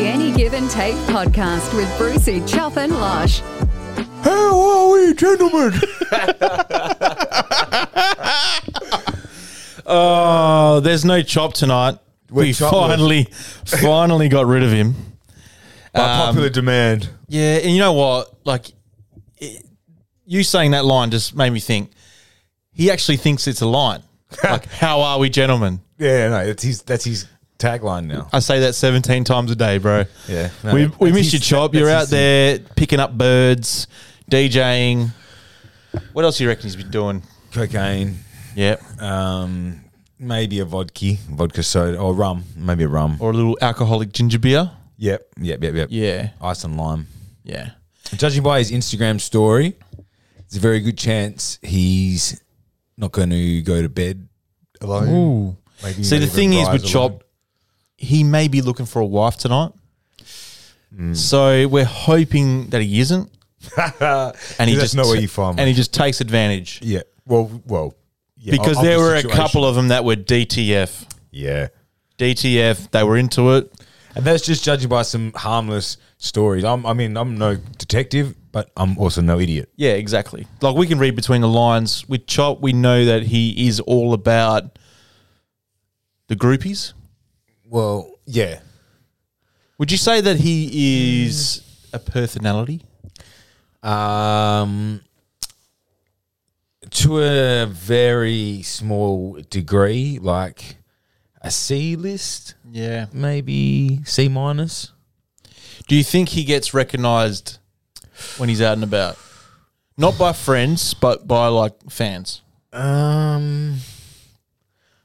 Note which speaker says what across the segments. Speaker 1: and Take podcast with Brucey, Chuff, and Lush.
Speaker 2: How are we, gentlemen? oh, there's no chop tonight.
Speaker 3: We're
Speaker 2: we
Speaker 3: chopless.
Speaker 2: finally, finally got rid of him.
Speaker 3: By popular demand.
Speaker 2: Yeah, and you know what? Like, it- you saying that line just made me think. He actually thinks it's a line. Like, how are we, gentlemen?
Speaker 3: Yeah, no, it's his, that's his tagline now.
Speaker 2: I say that 17 times a day, bro.
Speaker 3: Yeah, no,
Speaker 2: Uh, we we
Speaker 3: that's
Speaker 2: miss you,
Speaker 3: his-
Speaker 2: Chop.
Speaker 3: that's
Speaker 2: You're
Speaker 3: his
Speaker 2: out there picking up birds, DJing. What else do you reckon he's been doing?
Speaker 3: Cocaine,
Speaker 2: Yeah.
Speaker 3: um, maybe a vodka, vodka soda, or rum, maybe a rum.
Speaker 2: Or a little alcoholic ginger beer.
Speaker 3: Yep, yep, yep, yep.
Speaker 2: Yeah.
Speaker 3: Ice and lime.
Speaker 2: Yeah.
Speaker 3: Judging by his Instagram story, it's a very good chance he's not going to go to bed alone. Maybe
Speaker 2: See,
Speaker 3: not
Speaker 2: the
Speaker 3: even
Speaker 2: thing is
Speaker 3: rise
Speaker 2: with
Speaker 3: alone.
Speaker 2: Chop, he may be looking for a wife tonight.
Speaker 3: Hmm.
Speaker 2: So we're hoping that he isn't, and he
Speaker 3: That's
Speaker 2: just
Speaker 3: not where you find
Speaker 2: and
Speaker 3: me.
Speaker 2: he just takes advantage
Speaker 3: Yeah. Well, well. Yeah,
Speaker 2: because
Speaker 3: of- of
Speaker 2: there
Speaker 3: the
Speaker 2: were a
Speaker 3: situation.
Speaker 2: couple of them that were DTF,
Speaker 3: Yeah.
Speaker 2: DTF. They were into it.
Speaker 3: And that's just judging by some harmless stories. I'm, I mean, I'm no detective, but I'm also no idiot.
Speaker 2: Yeah, exactly. Like we can read between the lines with Chop. We know that he is all about the groupies.
Speaker 3: Well, yeah.
Speaker 2: Would you say that he is a personality?
Speaker 3: Um, to a very small degree, like a C list,
Speaker 2: Yeah.
Speaker 3: maybe C minus.
Speaker 2: Do you think he gets recognised when he's out and about? Not by friends, but by like fans.
Speaker 3: Um,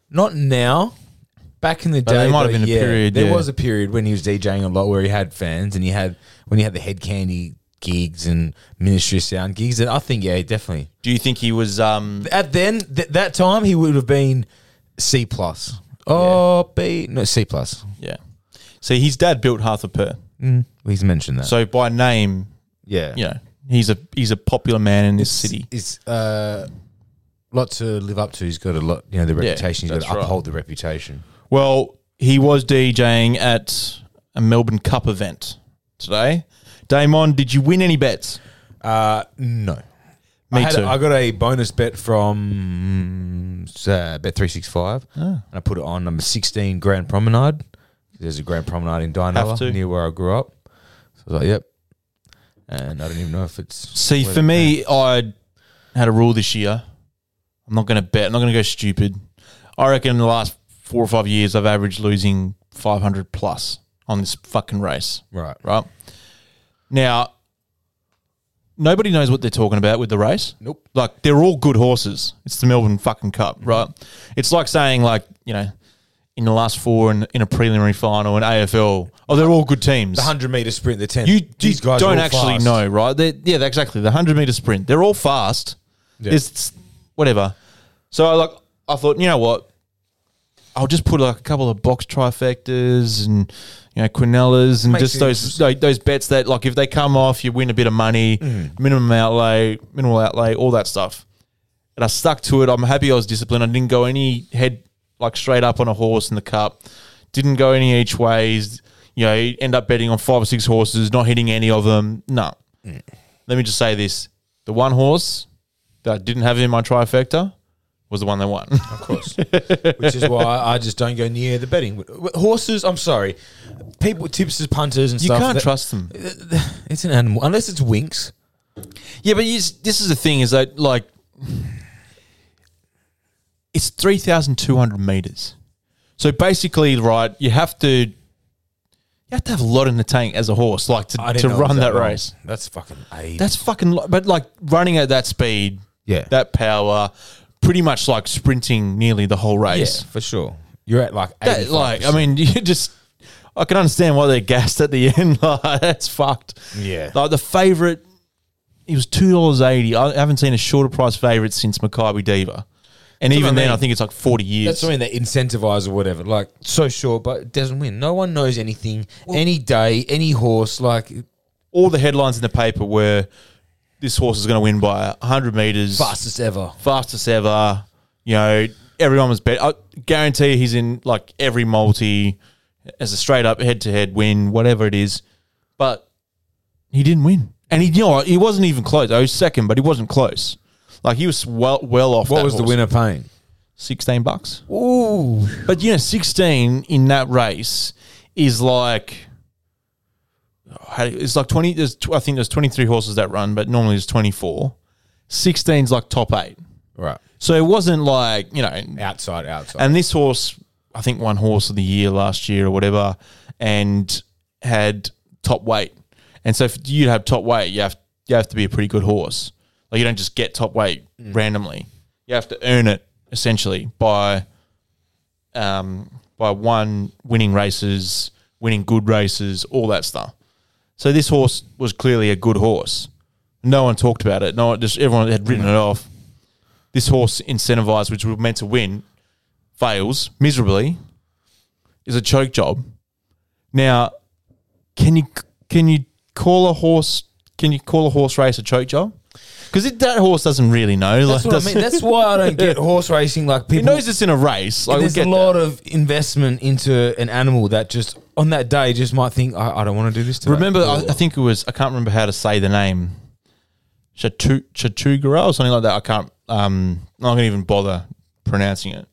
Speaker 3: not now. Back in the
Speaker 2: But
Speaker 3: day,
Speaker 2: there might have
Speaker 3: though,
Speaker 2: been a
Speaker 3: yeah,
Speaker 2: period,
Speaker 3: There
Speaker 2: yeah.
Speaker 3: was a period when he was DJing a lot, where he had fans, and he had when he had the head candy gigs and ministry sound gigs. And I think, yeah, definitely.
Speaker 2: Do you think he was? Um,
Speaker 3: At then th- that time, he would have been C plus. Oh, B no C plus.
Speaker 2: yeah. See, his dad built Half a Per,
Speaker 3: Mm, he's mentioned that.
Speaker 2: so by name,
Speaker 3: yeah,
Speaker 2: you know, he's a he's a popular man in this city.
Speaker 3: It's uh, lot to live up to. He's got a lot, you know, the reputation. he's
Speaker 2: that's
Speaker 3: got to
Speaker 2: right.
Speaker 3: uphold the reputation.
Speaker 2: Well, he was DJing at a Melbourne Cup event today. Damon, did you win any bets?
Speaker 3: Uh, no. I
Speaker 2: Me
Speaker 3: had-
Speaker 2: too.
Speaker 3: I got a bonus bet from uh, Bet three six five,
Speaker 2: Ah.
Speaker 3: and I put it on number sixteen Grand Promenade. There's a Grand Promenade in
Speaker 2: to.
Speaker 3: Dinah near where I grew up. So I was like, "Yep," and I don't even know if it's
Speaker 2: See,
Speaker 3: whether-
Speaker 2: for me, I had a rule this year. I'm not going to bet. I'm not going to go stupid. I reckon in the last four or five years, I've averaged losing 500 plus on this fucking race,
Speaker 3: right.
Speaker 2: right? Now, nobody knows what they're talking about with the race.
Speaker 3: Nope.
Speaker 2: Like, they're all good horses. It's the Melbourne fucking Cup, right? It's like saying, like, you know, in the last four in, in a preliminary final in AFL, oh, they're all good teams.
Speaker 3: The hundred meter sprint, the ten.
Speaker 2: You,
Speaker 3: these
Speaker 2: you
Speaker 3: guys are
Speaker 2: don't
Speaker 3: all
Speaker 2: actually
Speaker 3: fast.
Speaker 2: know, right? They're, yeah, they're exactly. The 100 meter sprint. They're all fast.
Speaker 3: Yeah.
Speaker 2: It's whatever. So I like I thought, you know what? I'll just put like a couple of box trifectas and you know quinellas and
Speaker 3: Makes
Speaker 2: just those like, those bets that like if they come off, you win a bit of money, minimum outlay, minimal outlay, all that stuff. And I stuck to it. I'm happy I was disciplined. I didn't go any head like straight up on a horse in the cup. Didn't go any each ways. You know, you end up betting on five or six horses, not hitting any of them. No. Let me just say this: the one horse that I didn't have in my trifecta was the one that won.
Speaker 3: of course, which is why I just don't go near the betting With horses. I'm sorry, people, tipsters, punters, and
Speaker 2: You
Speaker 3: stuff.
Speaker 2: can't
Speaker 3: that-
Speaker 2: trust them.
Speaker 3: It's an animal, unless it's Winks.
Speaker 2: Yeah, but you, s- this is the thing: is that like it's three thousand two hundred meters. So basically, right, you have to you have to have a lot in the tank as a horse, like to, to
Speaker 3: know it was
Speaker 2: run that,
Speaker 3: long.
Speaker 2: race.
Speaker 3: That's fucking eight.
Speaker 2: That's fucking. Lo- but like running at that speed,
Speaker 3: yeah.
Speaker 2: that power, pretty much like sprinting nearly the whole race.
Speaker 3: Yeah, for sure. You're at like
Speaker 2: That,
Speaker 3: 85%.
Speaker 2: like, I mean, you just, I can understand why they're gassed at the end. Like, that's fucked.
Speaker 3: Yeah.
Speaker 2: Like, the favorite, it was $2.80. I haven't seen a shorter price favorite since Maccabi Diva. And
Speaker 3: what
Speaker 2: even
Speaker 3: I
Speaker 2: then,
Speaker 3: mean.
Speaker 2: I think it's like 40 years.
Speaker 3: that's what I mean. They incentivize or whatever. Like so sure, but it doesn't win. No one knows anything, any day, any horse. Like
Speaker 2: All the headlines in the paper were this horse is going to win by 100 meters.
Speaker 3: fastest ever.
Speaker 2: fastest ever. You know, everyone was bet. I guarantee he's in like every multi as a straight up head to head win, whatever it is. but he didn't win. And he, you know, what, he wasn't even close. I was second, but he wasn't close. Like he was well, well off.
Speaker 3: What
Speaker 2: that
Speaker 3: was the
Speaker 2: horse.
Speaker 3: winner paying?
Speaker 2: Sixteen bucks.
Speaker 3: Ooh.
Speaker 2: But you know, sixteen in that race is like how- it's like twenty. There's tw- I think there's twenty three horses that run, but normally there's twenty four. 16's like top eight.
Speaker 3: Right.
Speaker 2: So it wasn't like you know
Speaker 3: Outside, outside.
Speaker 2: and this horse, I think, won horse of the year last year or whatever, and had top weight. And so, if you have top weight, you have you have to be a pretty good horse. Like you don't just get top weight randomly. You have to earn it essentially by, um, by one winning races, winning good races, all that stuff. So this horse was clearly a good horse. No one talked about it. No, one, just everyone had written it off. This horse incentivized, which was meant to win, fails miserably is a choke job. Now, can you can you call a horse can you call a horse race a choke job? Because that horse doesn't really know.
Speaker 3: That's
Speaker 2: like,
Speaker 3: what I mean.
Speaker 2: doesn't-
Speaker 3: That's why I don't get horse racing. Like
Speaker 2: he
Speaker 3: people,
Speaker 2: knows it's in a race. Like we
Speaker 3: there's
Speaker 2: get
Speaker 3: a
Speaker 2: that.
Speaker 3: lot of investment into an animal that just on that day just might think, I, I don't want to do this. Today.
Speaker 2: Remember, I,
Speaker 3: Or-
Speaker 2: I think it was I can't remember how to say the name, Chatu Chatugara or something like that. I can't. Um, I'm not gonna even bother pronouncing it.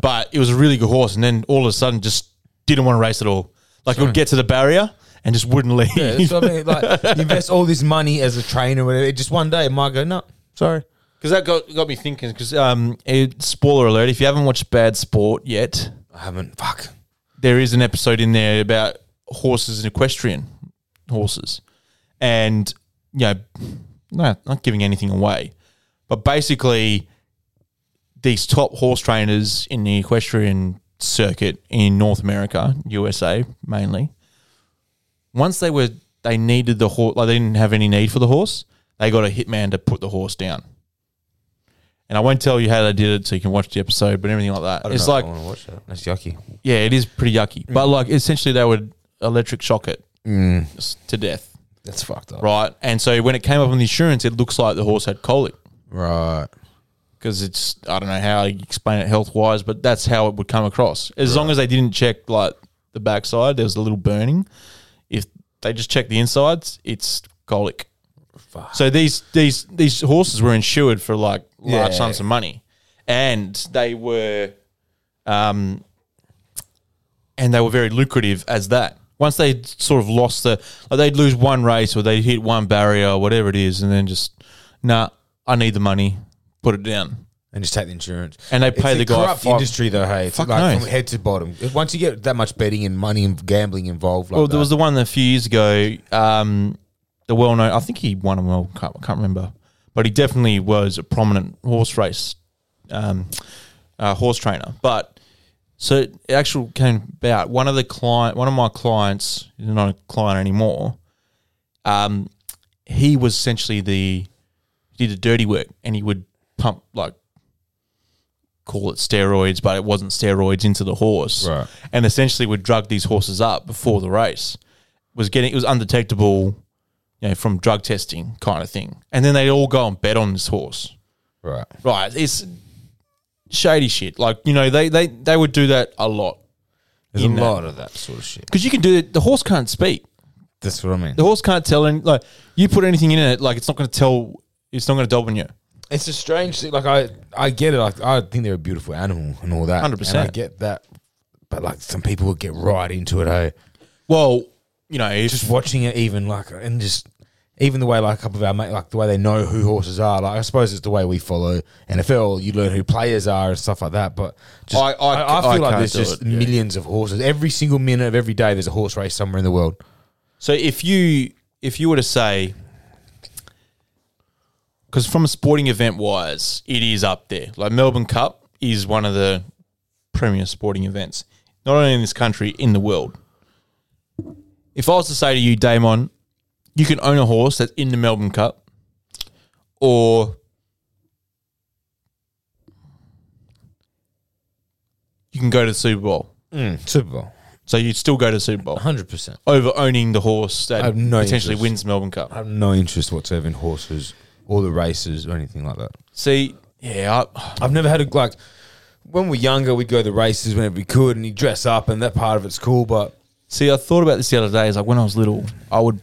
Speaker 2: But it was a really good horse, and then all of a sudden, just didn't want to race at all. Like it would get to the barrier and just wouldn't leave.
Speaker 3: Yeah, that's what I mean. Like you invest all this money as a trainer, or whatever. it Just one day, it might go no. Sorry.
Speaker 2: Because that got got me thinking. Because um, it, spoiler alert: if you haven't watched Bad Sport yet,
Speaker 3: I haven't. Fuck.
Speaker 2: there is an episode in there about horses and equestrian horses, and you know, no, not giving anything away, but basically, these top horse trainers in the equestrian circuit in North America, USA mainly, once they were they needed the horse, like they didn't have any need for the horse, they got a hitman to put the horse down. And I won't tell you how they did it, so you can watch the episode. But everything like that, it's like
Speaker 3: I want to watch that. That's yucky.
Speaker 2: yeah, it is pretty yucky. But like essentially they would electric shock it s- to death.
Speaker 3: That's fucked up. Right.
Speaker 2: Right. And so when it came up on the insurance, it looks like the horse had colic because it's, I don't know how you explain it health wise, but that's how it would come across. As long as they didn't check like the backside, there was a little burning. If they just check the insides, it's colic.
Speaker 3: Fuck.
Speaker 2: So these these these horses were insured for like large
Speaker 3: Yeah.
Speaker 2: sums of money, and they were, um, and they were very lucrative as that. Once they sort of lost the, like they'd lose one race or they'd hit one barrier or whatever it is, and then just, nah, I need the money, put it down,
Speaker 3: And just take the insurance.
Speaker 2: and they pay
Speaker 3: it's
Speaker 2: the
Speaker 3: a
Speaker 2: guy.
Speaker 3: corrupt
Speaker 2: five-
Speaker 3: industry though. Hey, it's
Speaker 2: Fuck
Speaker 3: like
Speaker 2: knows.
Speaker 3: from head to bottom. Once you get that much betting and money and gambling involved, like
Speaker 2: Well,
Speaker 3: that,
Speaker 2: there was the one a few years ago. Um, the well-known, I think he won a World Cup. I can't remember, but he definitely was a prominent horse race, um, uh, horse trainer. But so it actually came about. One of the client, one of my clients, he's not a client anymore. Um, he was essentially the did the dirty work, and he would pump like call it steroids, but it wasn't steroids into the horse,
Speaker 3: Right.
Speaker 2: and essentially would drug these horses up before the race. Was getting it was undetectable, you know, from drug testing kind of thing, and then they all go and bet on this horse.
Speaker 3: right.
Speaker 2: Right, it's shady shit. Like you know, they they they would do that a lot
Speaker 3: There's a
Speaker 2: in that.
Speaker 3: lot of that sort of shit.
Speaker 2: because you can do it. The horse can't speak.
Speaker 3: That's what I mean.
Speaker 2: The horse can't tell. Any, like you put anything in it, like it's not going to tell. It's not going to dob on you.
Speaker 3: It's a strange thing. Like I, I get it. Like I think they're a beautiful animal and all that.
Speaker 2: 100%.
Speaker 3: And I get that. But like some people would get right into it. Hey,
Speaker 2: Well, you know, if,
Speaker 3: just watching it, even like and just even the way like a couple of our mate, like the way they know who horses are. Like I suppose it's the way we follow NFL. You learn who players are and stuff like that. But just,
Speaker 2: I-
Speaker 3: I,
Speaker 2: I
Speaker 3: I,
Speaker 2: c-
Speaker 3: feel
Speaker 2: I
Speaker 3: like
Speaker 2: can't
Speaker 3: there's
Speaker 2: do
Speaker 3: just
Speaker 2: it, yeah.
Speaker 3: millions of horses. Every single minute of every day, there's a horse race somewhere in the world.
Speaker 2: So if you if you were to say, because from a sporting event wise, it is up there. Like Melbourne Cup is one of the premier sporting events, not only in this country in the world. If I was to say to you, Damon, you can own a horse that's in the Melbourne Cup, or you can go to the Super Bowl.
Speaker 3: Super Bowl,
Speaker 2: So you'd still go to the Super Bowl
Speaker 3: hundred percent.
Speaker 2: over owning the horse
Speaker 3: I
Speaker 2: that
Speaker 3: have no
Speaker 2: potentially
Speaker 3: interest.
Speaker 2: wins Melbourne Cup.
Speaker 3: I have no interest whatsoever in horses or the races or anything like that.
Speaker 2: See, yeah, I,
Speaker 3: I've never had a like when we we're younger, we'd go to the races whenever we could, and you dress up, and that part of it's cool. But
Speaker 2: See, I thought about this the other day. Is like when I was little, I would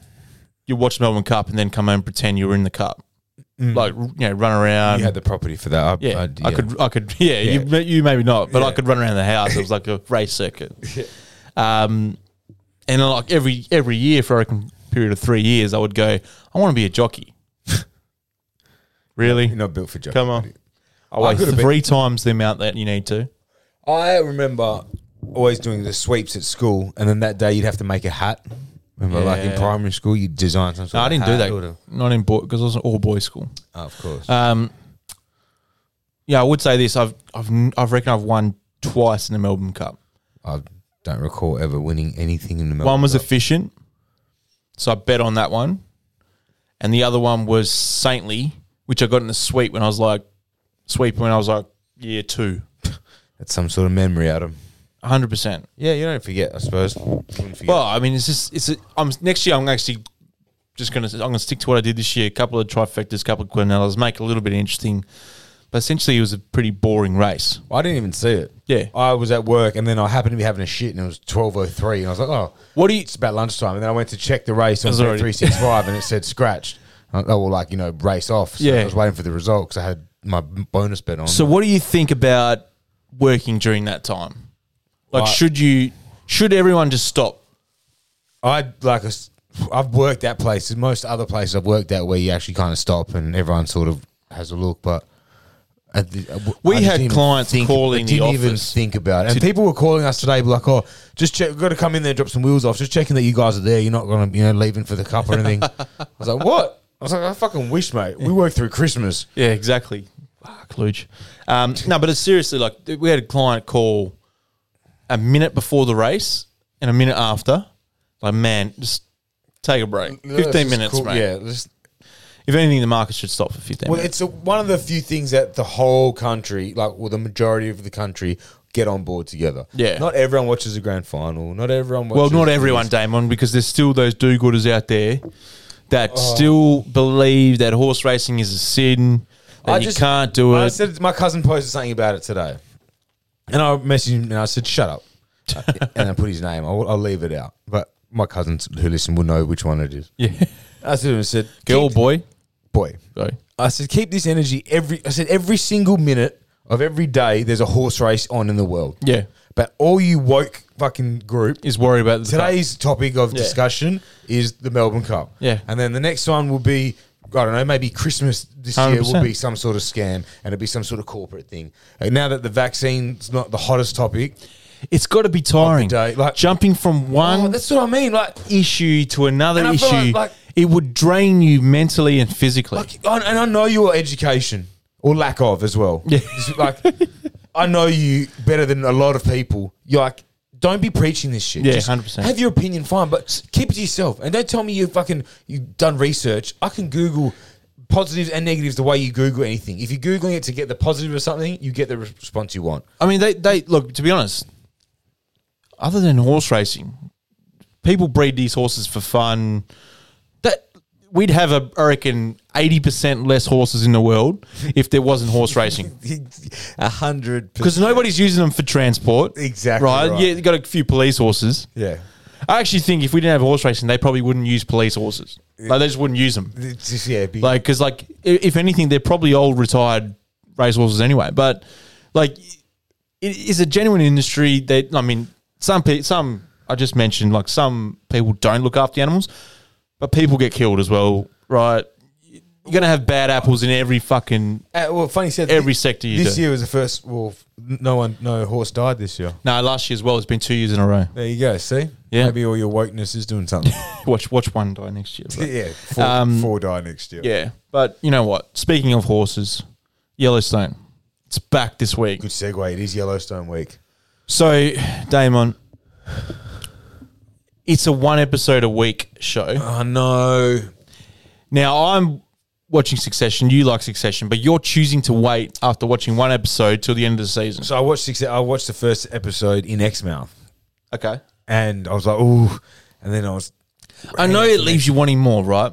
Speaker 2: you watch Melbourne Cup and then come home and pretend you were in the cup, like you know, run around.
Speaker 3: you had the property for that. I,
Speaker 2: yeah,
Speaker 3: Mm. I,
Speaker 2: I,
Speaker 3: yeah.
Speaker 2: could, I could, yeah, You, you maybe not, but I
Speaker 3: Yeah.
Speaker 2: could run around the house. It was like a race circuit. Um, and like every every year for a period of three years, I would go. I want to be a jockey. really?
Speaker 3: You're not built for job.
Speaker 2: Come on. I weigh
Speaker 3: could've been-
Speaker 2: three times the amount that you need to.
Speaker 3: I remember always doing the sweeps at school, and then that day you'd have to make a hat. Remember, like in
Speaker 2: Yeah.
Speaker 3: primary school, you'd design some. Sort
Speaker 2: No, I
Speaker 3: of
Speaker 2: didn't do
Speaker 3: hat
Speaker 2: that.
Speaker 3: or the-
Speaker 2: Not in boy because I was an all boys school.
Speaker 3: Oh, of course.
Speaker 2: Um, yeah, I would say this. I've I've I've reckon I've won twice in the Melbourne Cup.
Speaker 3: I don't recall ever winning anything in the Melbourne
Speaker 2: One was
Speaker 3: Cup.
Speaker 2: efficient, so I bet on that one, and the other one was saintly, which I got in the sweep when I was like sweep when I was like year two,
Speaker 3: That's some sort of memory, Adam.
Speaker 2: hundred percent.
Speaker 3: Yeah, you don't forget, I suppose. Wouldn't forget.
Speaker 2: Well, I mean, it's just it's. A, I'm next year. I'm actually just gonna. I'm gonna stick to what I did this year. A couple of trifectas, couple of quinellas, make it a little bit interesting. But essentially, it was a pretty boring race.
Speaker 3: I didn't even see it.
Speaker 2: Yeah.
Speaker 3: I was at work, and then I happened to be having a shit, and it was twelve oh three, and I was like, "Oh,
Speaker 2: What do you?
Speaker 3: it's about lunchtime." And then I went to check the race on
Speaker 2: was already-
Speaker 3: three six five, and it said scratched. I was like, oh well, like you know, race off. So
Speaker 2: Yeah.
Speaker 3: I was waiting for the result because I had my bonus bet on.
Speaker 2: So, what do you think about working during that time? Like,
Speaker 3: Like-
Speaker 2: should you? Should everyone just stop?
Speaker 3: I like us- I've worked at places. Most other places I've worked at where you actually kind of stop and everyone sort of has a look, but. at the- I w-
Speaker 2: We
Speaker 3: I just
Speaker 2: had
Speaker 3: didn't even
Speaker 2: clients
Speaker 3: think- I
Speaker 2: calling the
Speaker 3: didn't even
Speaker 2: office
Speaker 3: think about it. And people were calling us today, like, "Oh, just check. Got to come in there, drop some wheels off. Just checking that you guys are there. You're not going to, you know, leaving for the cup or anything." I was like, "What?" I was like, "I fucking wish, mate. We work through Christmas."
Speaker 2: Yeah, exactly. Ah, Cluj. Um, no, but it's seriously like we had a client call a minute before the race and a minute after. Like, man, just take a break. Fifteen minutes, mate.
Speaker 3: Yeah, let's-
Speaker 2: If anything, the market should stop for fifteen.
Speaker 3: Well,
Speaker 2: minutes.
Speaker 3: it's a, one of the few things that the whole country, like, well, the majority of the country, get on board together.
Speaker 2: Yeah.
Speaker 3: Not everyone watches the grand final. Not everyone.
Speaker 2: Well,
Speaker 3: Watches
Speaker 2: not everyone, Damon, because there's still those do-gooders out there that
Speaker 3: Oh.
Speaker 2: still believe that horse racing is a sin, that
Speaker 3: I
Speaker 2: you
Speaker 3: just-
Speaker 2: can't do
Speaker 3: I
Speaker 2: it.
Speaker 3: said my cousin posted something about it today, and I messaged him and I said, "Shut up," and I put his name. I'll, I'll leave it out, but my cousins who listen will know which one it is.
Speaker 2: yeah,
Speaker 3: I said, "I said,
Speaker 2: girl, boy,
Speaker 3: boy."
Speaker 2: Sorry.
Speaker 3: I said, "Keep this energy every." I said, "Every single minute of every day, there's a horse race on in the world."
Speaker 2: Yeah.
Speaker 3: but all you woke fucking group
Speaker 2: is worried about the
Speaker 3: Today's topic of discussion is the Melbourne Cup.
Speaker 2: Yeah.
Speaker 3: And then the next one will be, I don't know, maybe Christmas this year will
Speaker 2: 100%.
Speaker 3: be some sort of scam and it'll be some sort of corporate thing. And now that the vaccine's not the hottest topic,
Speaker 2: It's got to be tiring.
Speaker 3: day, like-
Speaker 2: Jumping from
Speaker 3: oh,
Speaker 2: one
Speaker 3: that's what I mean. Like,
Speaker 2: issue to another
Speaker 3: And I
Speaker 2: issue,
Speaker 3: feel like- like-
Speaker 2: it would drain you mentally and physically.
Speaker 3: like I- and I know your education or lack of as well.
Speaker 2: Yeah.
Speaker 3: It's Like, I know you better than a lot of people. You're like, don't be preaching this shit.
Speaker 2: Yeah,
Speaker 3: Just
Speaker 2: 100%.
Speaker 3: Have your opinion, fine, but keep it to yourself. And don't tell me you fucking you've done research. I can Google positives and negatives the way you Google anything. If you're googling it to get the positive of something, you get the re- response you want.
Speaker 2: I mean, they, they look to be honest. Other than horse racing, people breed these horses for fun. That we'd have a, I reckon, eighty percent less horses in the world if there wasn't horse racing.
Speaker 3: A hundred
Speaker 2: Because nobody's using them for transport.
Speaker 3: Exactly
Speaker 2: Right?
Speaker 3: right.
Speaker 2: Yeah, you got a few police horses.
Speaker 3: Yeah.
Speaker 2: I actually think if we didn't have horse racing, they probably wouldn't use police horses. Like they just wouldn't use them.
Speaker 3: It's just, yeah. Be,
Speaker 2: Like, because like i- if anything, they're probably old retired racehorses anyway. But like, it is a genuine industry. That I mean, some pe- some I just mentioned like some people don't look after the animals, but people get killed as well, right? You're gonna have bad apples in every fucking.
Speaker 3: Uh, well, funny said
Speaker 2: Every sector you
Speaker 3: this
Speaker 2: do.
Speaker 3: year was the first. Well, f- no one, no horse died this year.
Speaker 2: No, last year as well. It's been two years in a row.
Speaker 3: There you go. See,
Speaker 2: Yeah.
Speaker 3: maybe all your wokeness is doing something.
Speaker 2: Watch watch one die next year. but-
Speaker 3: yeah, Um, four, four die next year.
Speaker 2: yeah, but you know what? Speaking of horses, Yellowstone, it's back this week.
Speaker 3: good segue. It is Yellowstone week.
Speaker 2: So, Damon, it's a one episode a week show.
Speaker 3: Oh no,
Speaker 2: Now, I'm watching Succession. You like Succession, but you're choosing to wait after watching one episode till the end of the season.
Speaker 3: so I watched six. I watched the first episode in Exmouth,
Speaker 2: Okay.
Speaker 3: and I was like, ooh, and then I was.
Speaker 2: I know it leaves you wanting more, right?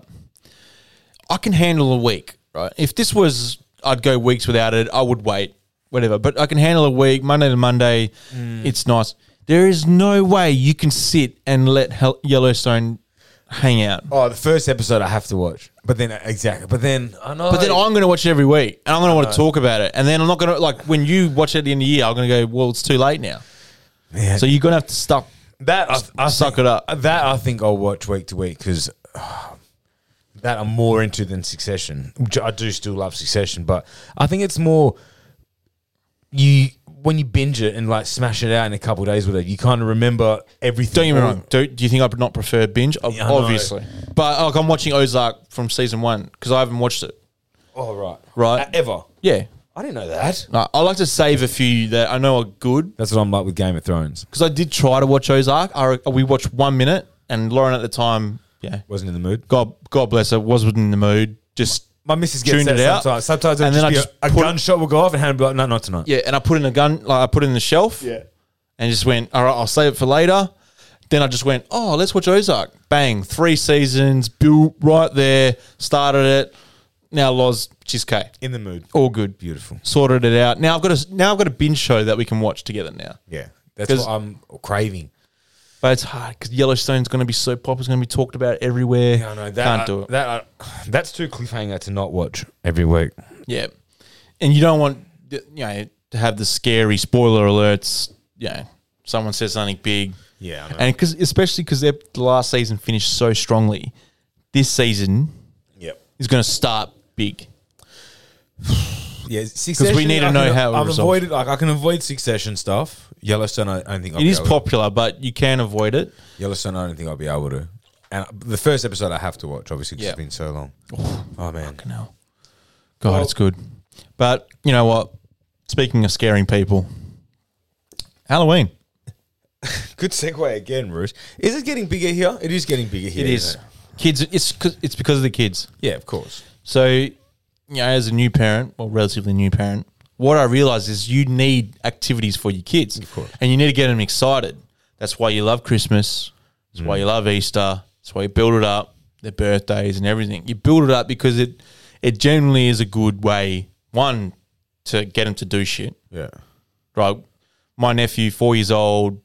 Speaker 2: I can handle a week, right? If this was, I'd go weeks without it. I would wait, whatever. But I can handle a week, Monday to Monday. It's nice. There is no way you can sit and let Hel- Yellowstone hang out.
Speaker 3: Oh, the first episode I have to watch, but then exactly, but then I know.
Speaker 2: But then I'm going to watch it every week, and I'm going to want to talk about it. And then I'm not going to like when you watch it at the end of the year, I'm going to go, well, it's too late now.
Speaker 3: Man.
Speaker 2: So you're going to have to stop.
Speaker 3: that I, I
Speaker 2: Suck
Speaker 3: think-
Speaker 2: it up.
Speaker 3: That I think I'll watch week to week because that I'm more into than Succession. Which I do still love Succession, but I think it's more you when you binge it and like smash it out in a couple of days with it. You kind of remember everything.
Speaker 2: Don't get me wrong. Do, do you think I would not prefer binge? Ob-
Speaker 3: Yeah, I know.
Speaker 2: Obviously, but like I'm watching Ozark from season one because I haven't watched it.
Speaker 3: Oh right,
Speaker 2: Right.
Speaker 3: Uh, ever.
Speaker 2: Yeah,
Speaker 3: I didn't know that.
Speaker 2: no, I like to save a few that I know are good
Speaker 3: That's what I'm like with Game of Thrones.
Speaker 2: because I did try to watch Ozark. I, we watched one minute, and Lauren at the time, yeah,
Speaker 3: Wasn't in the mood.
Speaker 2: God, God bless her, wasn't in the mood. Just
Speaker 3: My missus gets
Speaker 2: Tuned
Speaker 3: that
Speaker 2: it out.
Speaker 3: sometimes. Sometimes
Speaker 2: And
Speaker 3: and
Speaker 2: then
Speaker 3: then
Speaker 2: I
Speaker 3: be
Speaker 2: just
Speaker 3: a, a
Speaker 2: put-
Speaker 3: gunshot will go off and Hannah will be like, no, not tonight.
Speaker 2: Yeah, and I put in a gun, like I put it in the shelf. Yeah. And just went, all right, I'll save it for later. Then I just went, oh, let's watch Ozark. Bang, three seasons, built right there, started it. Now Loz, she's K.
Speaker 3: In the mood.
Speaker 2: All good.
Speaker 3: Beautiful.
Speaker 2: Sorted it out. Now I've got a now I've got a binge show that we can watch together now.
Speaker 3: Yeah. That's
Speaker 2: 'Cause-
Speaker 3: what I'm craving.
Speaker 2: But it's hard because Yellowstone's going to be so popular. It's going to be talked about everywhere.
Speaker 3: Yeah, I know that. uh,
Speaker 2: Can't
Speaker 3: I-
Speaker 2: do it.
Speaker 3: That I- that's too cliffhanger to not watch every week.
Speaker 2: Yeah, and you don't want you know to have the scary spoiler alerts. You know, someone says something big.
Speaker 3: Yeah, I know.
Speaker 2: and because especially because the last season finished so strongly, this season
Speaker 3: Yep.
Speaker 2: is going to start big.
Speaker 3: Yeah.
Speaker 2: Because we need to know how it
Speaker 3: I've
Speaker 2: resolves.
Speaker 3: avoided. Like I can avoid Succession stuff. Yellowstone, I don't think I'll
Speaker 2: It
Speaker 3: be
Speaker 2: is
Speaker 3: able to.
Speaker 2: popular, but you can avoid it.
Speaker 3: Yellowstone, I don't think I'll be able to. And the first episode I have to watch, obviously, 'cause
Speaker 2: Yeah.
Speaker 3: it's been so long. Oh man,
Speaker 2: No, God, it's good. But you know what? Speaking of scaring people, Halloween.
Speaker 3: good segue again, Bruce. Is it getting bigger here? It is getting bigger here.
Speaker 2: It is
Speaker 3: isn't
Speaker 2: kids. It's 'cause- it's because of the kids.
Speaker 3: Yeah, of course.
Speaker 2: So, you know, as a new parent, or relatively new parent, what I realize is you need activities for your kids.
Speaker 3: course.
Speaker 2: And you need to get them excited. That's why you love Christmas. That's why you love Easter. That's why you build it up, their birthdays and everything. You build it up because it it generally is a good way, one, to get them to do shit
Speaker 3: Yeah.
Speaker 2: right? My nephew, four years old,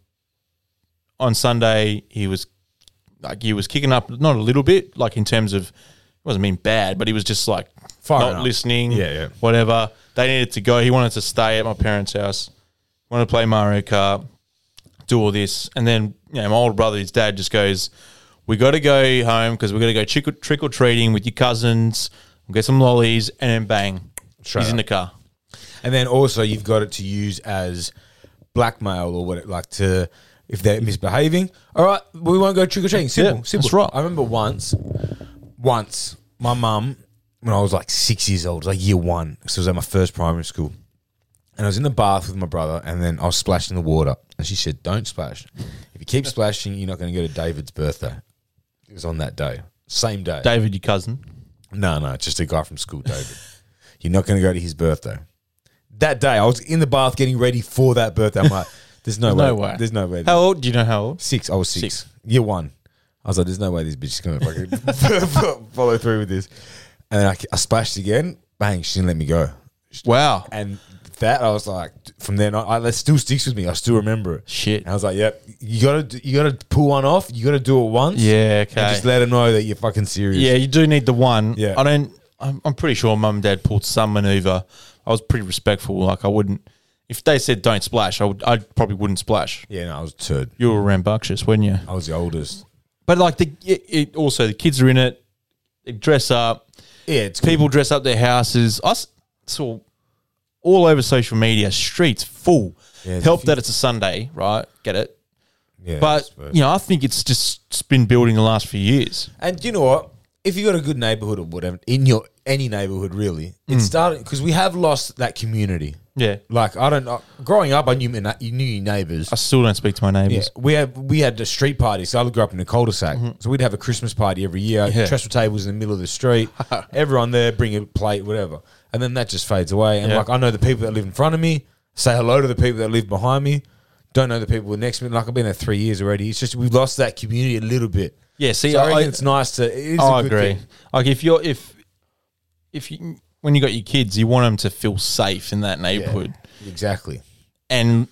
Speaker 2: on Sunday he was like he was kicking up not a little bit, like in terms of it wasn't mean bad, but he was just like
Speaker 3: Firing
Speaker 2: not
Speaker 3: up.
Speaker 2: listening,
Speaker 3: Yeah, yeah.
Speaker 2: whatever. They needed to go. He wanted to stay at my parents' house. Wanted to play Mario Kart, do all this, and then you know my older brother, his dad, just goes, "We got to go home because we're going to go trick or, trick or treating with your cousins. We'll get some lollies, and then bang,
Speaker 3: Straight
Speaker 2: he's in
Speaker 3: up.
Speaker 2: the car."
Speaker 3: And then also you've got it to use as blackmail or what it like to if they're misbehaving. All right, we won't go trick or treating. Simple,
Speaker 2: Yeah, that's
Speaker 3: simple.
Speaker 2: right.
Speaker 3: I remember once, once my mum when I was like six years old, like year one, so it was at my first primary school, and I was in the bath with my brother, and then I was splashed in the water, and she said, "Don't splash. If you keep splashing, you're not going to go to David's birthday." It was on that day, same day.
Speaker 2: David, your cousin.
Speaker 3: No, no, just a guy from school, David. You're not going to go to his birthday. That day, I was in the bath getting ready for that birthday. I'm like, there's no way.
Speaker 2: No way.
Speaker 3: There's no way.
Speaker 2: How old? Do you know how old?
Speaker 3: Six. I was six.
Speaker 2: Six.
Speaker 3: Year one. I was like, there's no way this bitch is going to fucking follow through with this. And then I, I splashed again. Bang, she didn't let me go.
Speaker 2: Wow.
Speaker 3: And that, I was like, from then on, I, that still sticks with me. I still remember it.
Speaker 2: Shit.
Speaker 3: And I was like, yep, you got to you gotta pull one off. You got to do it once.
Speaker 2: Yeah, okay.
Speaker 3: And just let her know that you're fucking serious.
Speaker 2: yeah, you do need the one.
Speaker 3: Yeah.
Speaker 2: I don't. I'm, I'm pretty sure mum and dad pulled some maneuver. I was pretty respectful. Like I wouldn't. If they said don't splash, I would. I probably wouldn't splash.
Speaker 3: Yeah, no, I was a turd.
Speaker 2: You were rambunctious, weren't you?
Speaker 3: I was the oldest.
Speaker 2: But like the it, it, also the kids are in it. They dress up.
Speaker 3: Yeah, it's
Speaker 2: People dress up their houses. I s- saw all over social media streets full.
Speaker 3: Yeah, it's
Speaker 2: Help
Speaker 3: a few-
Speaker 2: that it's a Sunday, right? Get it.
Speaker 3: Yeah,
Speaker 2: But
Speaker 3: I
Speaker 2: you know, I think it's just it's been building the last few years.
Speaker 3: and you know what? If you got a good neighborhood or whatever in your any neighborhood, really, it started because we have lost that community.
Speaker 2: Yeah,
Speaker 3: Like I don't know, growing up, I knew my na- you knew your neighbors.
Speaker 2: I still don't speak to my
Speaker 3: Yeah,
Speaker 2: neighbours.
Speaker 3: we had we had a street party. So I grew up in a cul-de-sac, so we'd have a Christmas party every year.
Speaker 2: Mm-hmm. Yeah.
Speaker 3: Trestle tables in the middle of the street. Everyone there, bring a plate, whatever, and then that just fades away. And
Speaker 2: Yeah.
Speaker 3: like I know the people that live in front of me, say hello to the people that live behind me. Don't know the people next to me. Like I've been there three years already. It's just we've lost that community a little bit.
Speaker 2: Yeah, see,
Speaker 3: So I,
Speaker 2: I- Oh,
Speaker 3: reckon it's nice to. It is
Speaker 2: I
Speaker 3: a good
Speaker 2: agree.
Speaker 3: Thing.
Speaker 2: Like if you're if if you when you got your kids, you want them to feel safe in that neighborhood,
Speaker 3: Exactly.
Speaker 2: and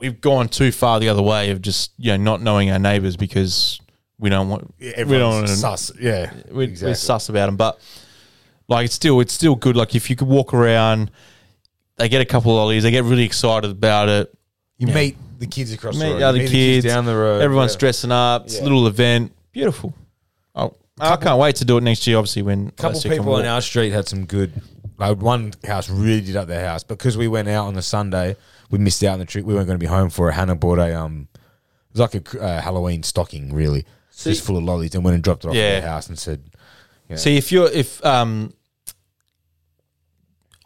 Speaker 2: we've gone too far the other way of just you know not knowing our neighbours because we don't want we don't
Speaker 3: Everyone's
Speaker 2: wanna-
Speaker 3: sus. Yeah,
Speaker 2: we're, we're sus about them. But like, it's still it's still good. Like if you could walk around, they get a couple of lollies, they get really excited about it.
Speaker 3: You meet the kids across the
Speaker 2: Meet
Speaker 3: road.
Speaker 2: the other
Speaker 3: you meet
Speaker 2: kids
Speaker 3: down the road.
Speaker 2: Everyone's
Speaker 3: Oh, yeah.
Speaker 2: dressing up. It's a
Speaker 3: Yeah.
Speaker 2: little event. Beautiful. Oh, I can't wait to do it next year. Obviously, when
Speaker 3: A couple
Speaker 2: Alessia can
Speaker 3: people
Speaker 2: walk.
Speaker 3: in our street had some good. Like one house really did up their house because we went out on the Sunday. We missed out on the trip. We weren't going to be home for it. Hannah bought a um, it was like a uh, Halloween stocking really, just full of lollies, and went and dropped it off
Speaker 2: Yeah.
Speaker 3: at their house and said,
Speaker 2: See if you're if um,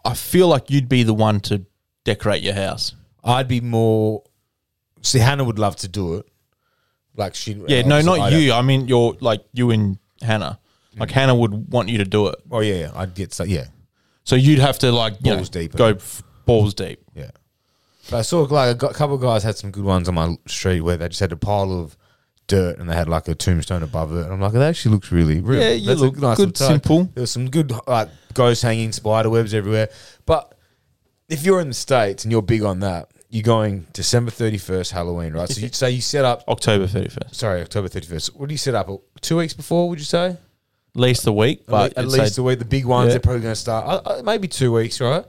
Speaker 2: I feel like you'd be the one to decorate your house.
Speaker 3: "I'd be more." See, Hannah would love to do it. Like she,
Speaker 2: Yeah, no,
Speaker 3: obviously I
Speaker 2: not
Speaker 3: don't-
Speaker 2: you. I mean, you're like you and Hannah. Like Hannah would want you to do it,
Speaker 3: Oh yeah, yeah, I'd get so yeah,
Speaker 2: so you'd have to like you
Speaker 3: Balls
Speaker 2: know,
Speaker 3: deep. eh?
Speaker 2: go f- balls deep.
Speaker 3: yeah. But I saw like a gu- couple of guys had some good ones on my street where they just had a pile of dirt and they had like a tombstone above it, and I'm like, that actually looks really real.
Speaker 2: Yeah, you
Speaker 3: That's a
Speaker 2: look
Speaker 3: little
Speaker 2: good,
Speaker 3: touch.
Speaker 2: simple.
Speaker 3: There was some good like ghost hanging, spider webs everywhere. But if you're in the states and you're big on that, you're going December 31st, Halloween, right? So you say you set up.
Speaker 2: October thirty first,
Speaker 3: Sorry, October 31st. What do you set up? Two weeks before, would you say?
Speaker 2: at least a week, but
Speaker 3: at
Speaker 2: it's
Speaker 3: least the
Speaker 2: a,
Speaker 3: way the big ones
Speaker 2: Yeah.
Speaker 3: they're probably going to start uh, uh, maybe two weeks, right?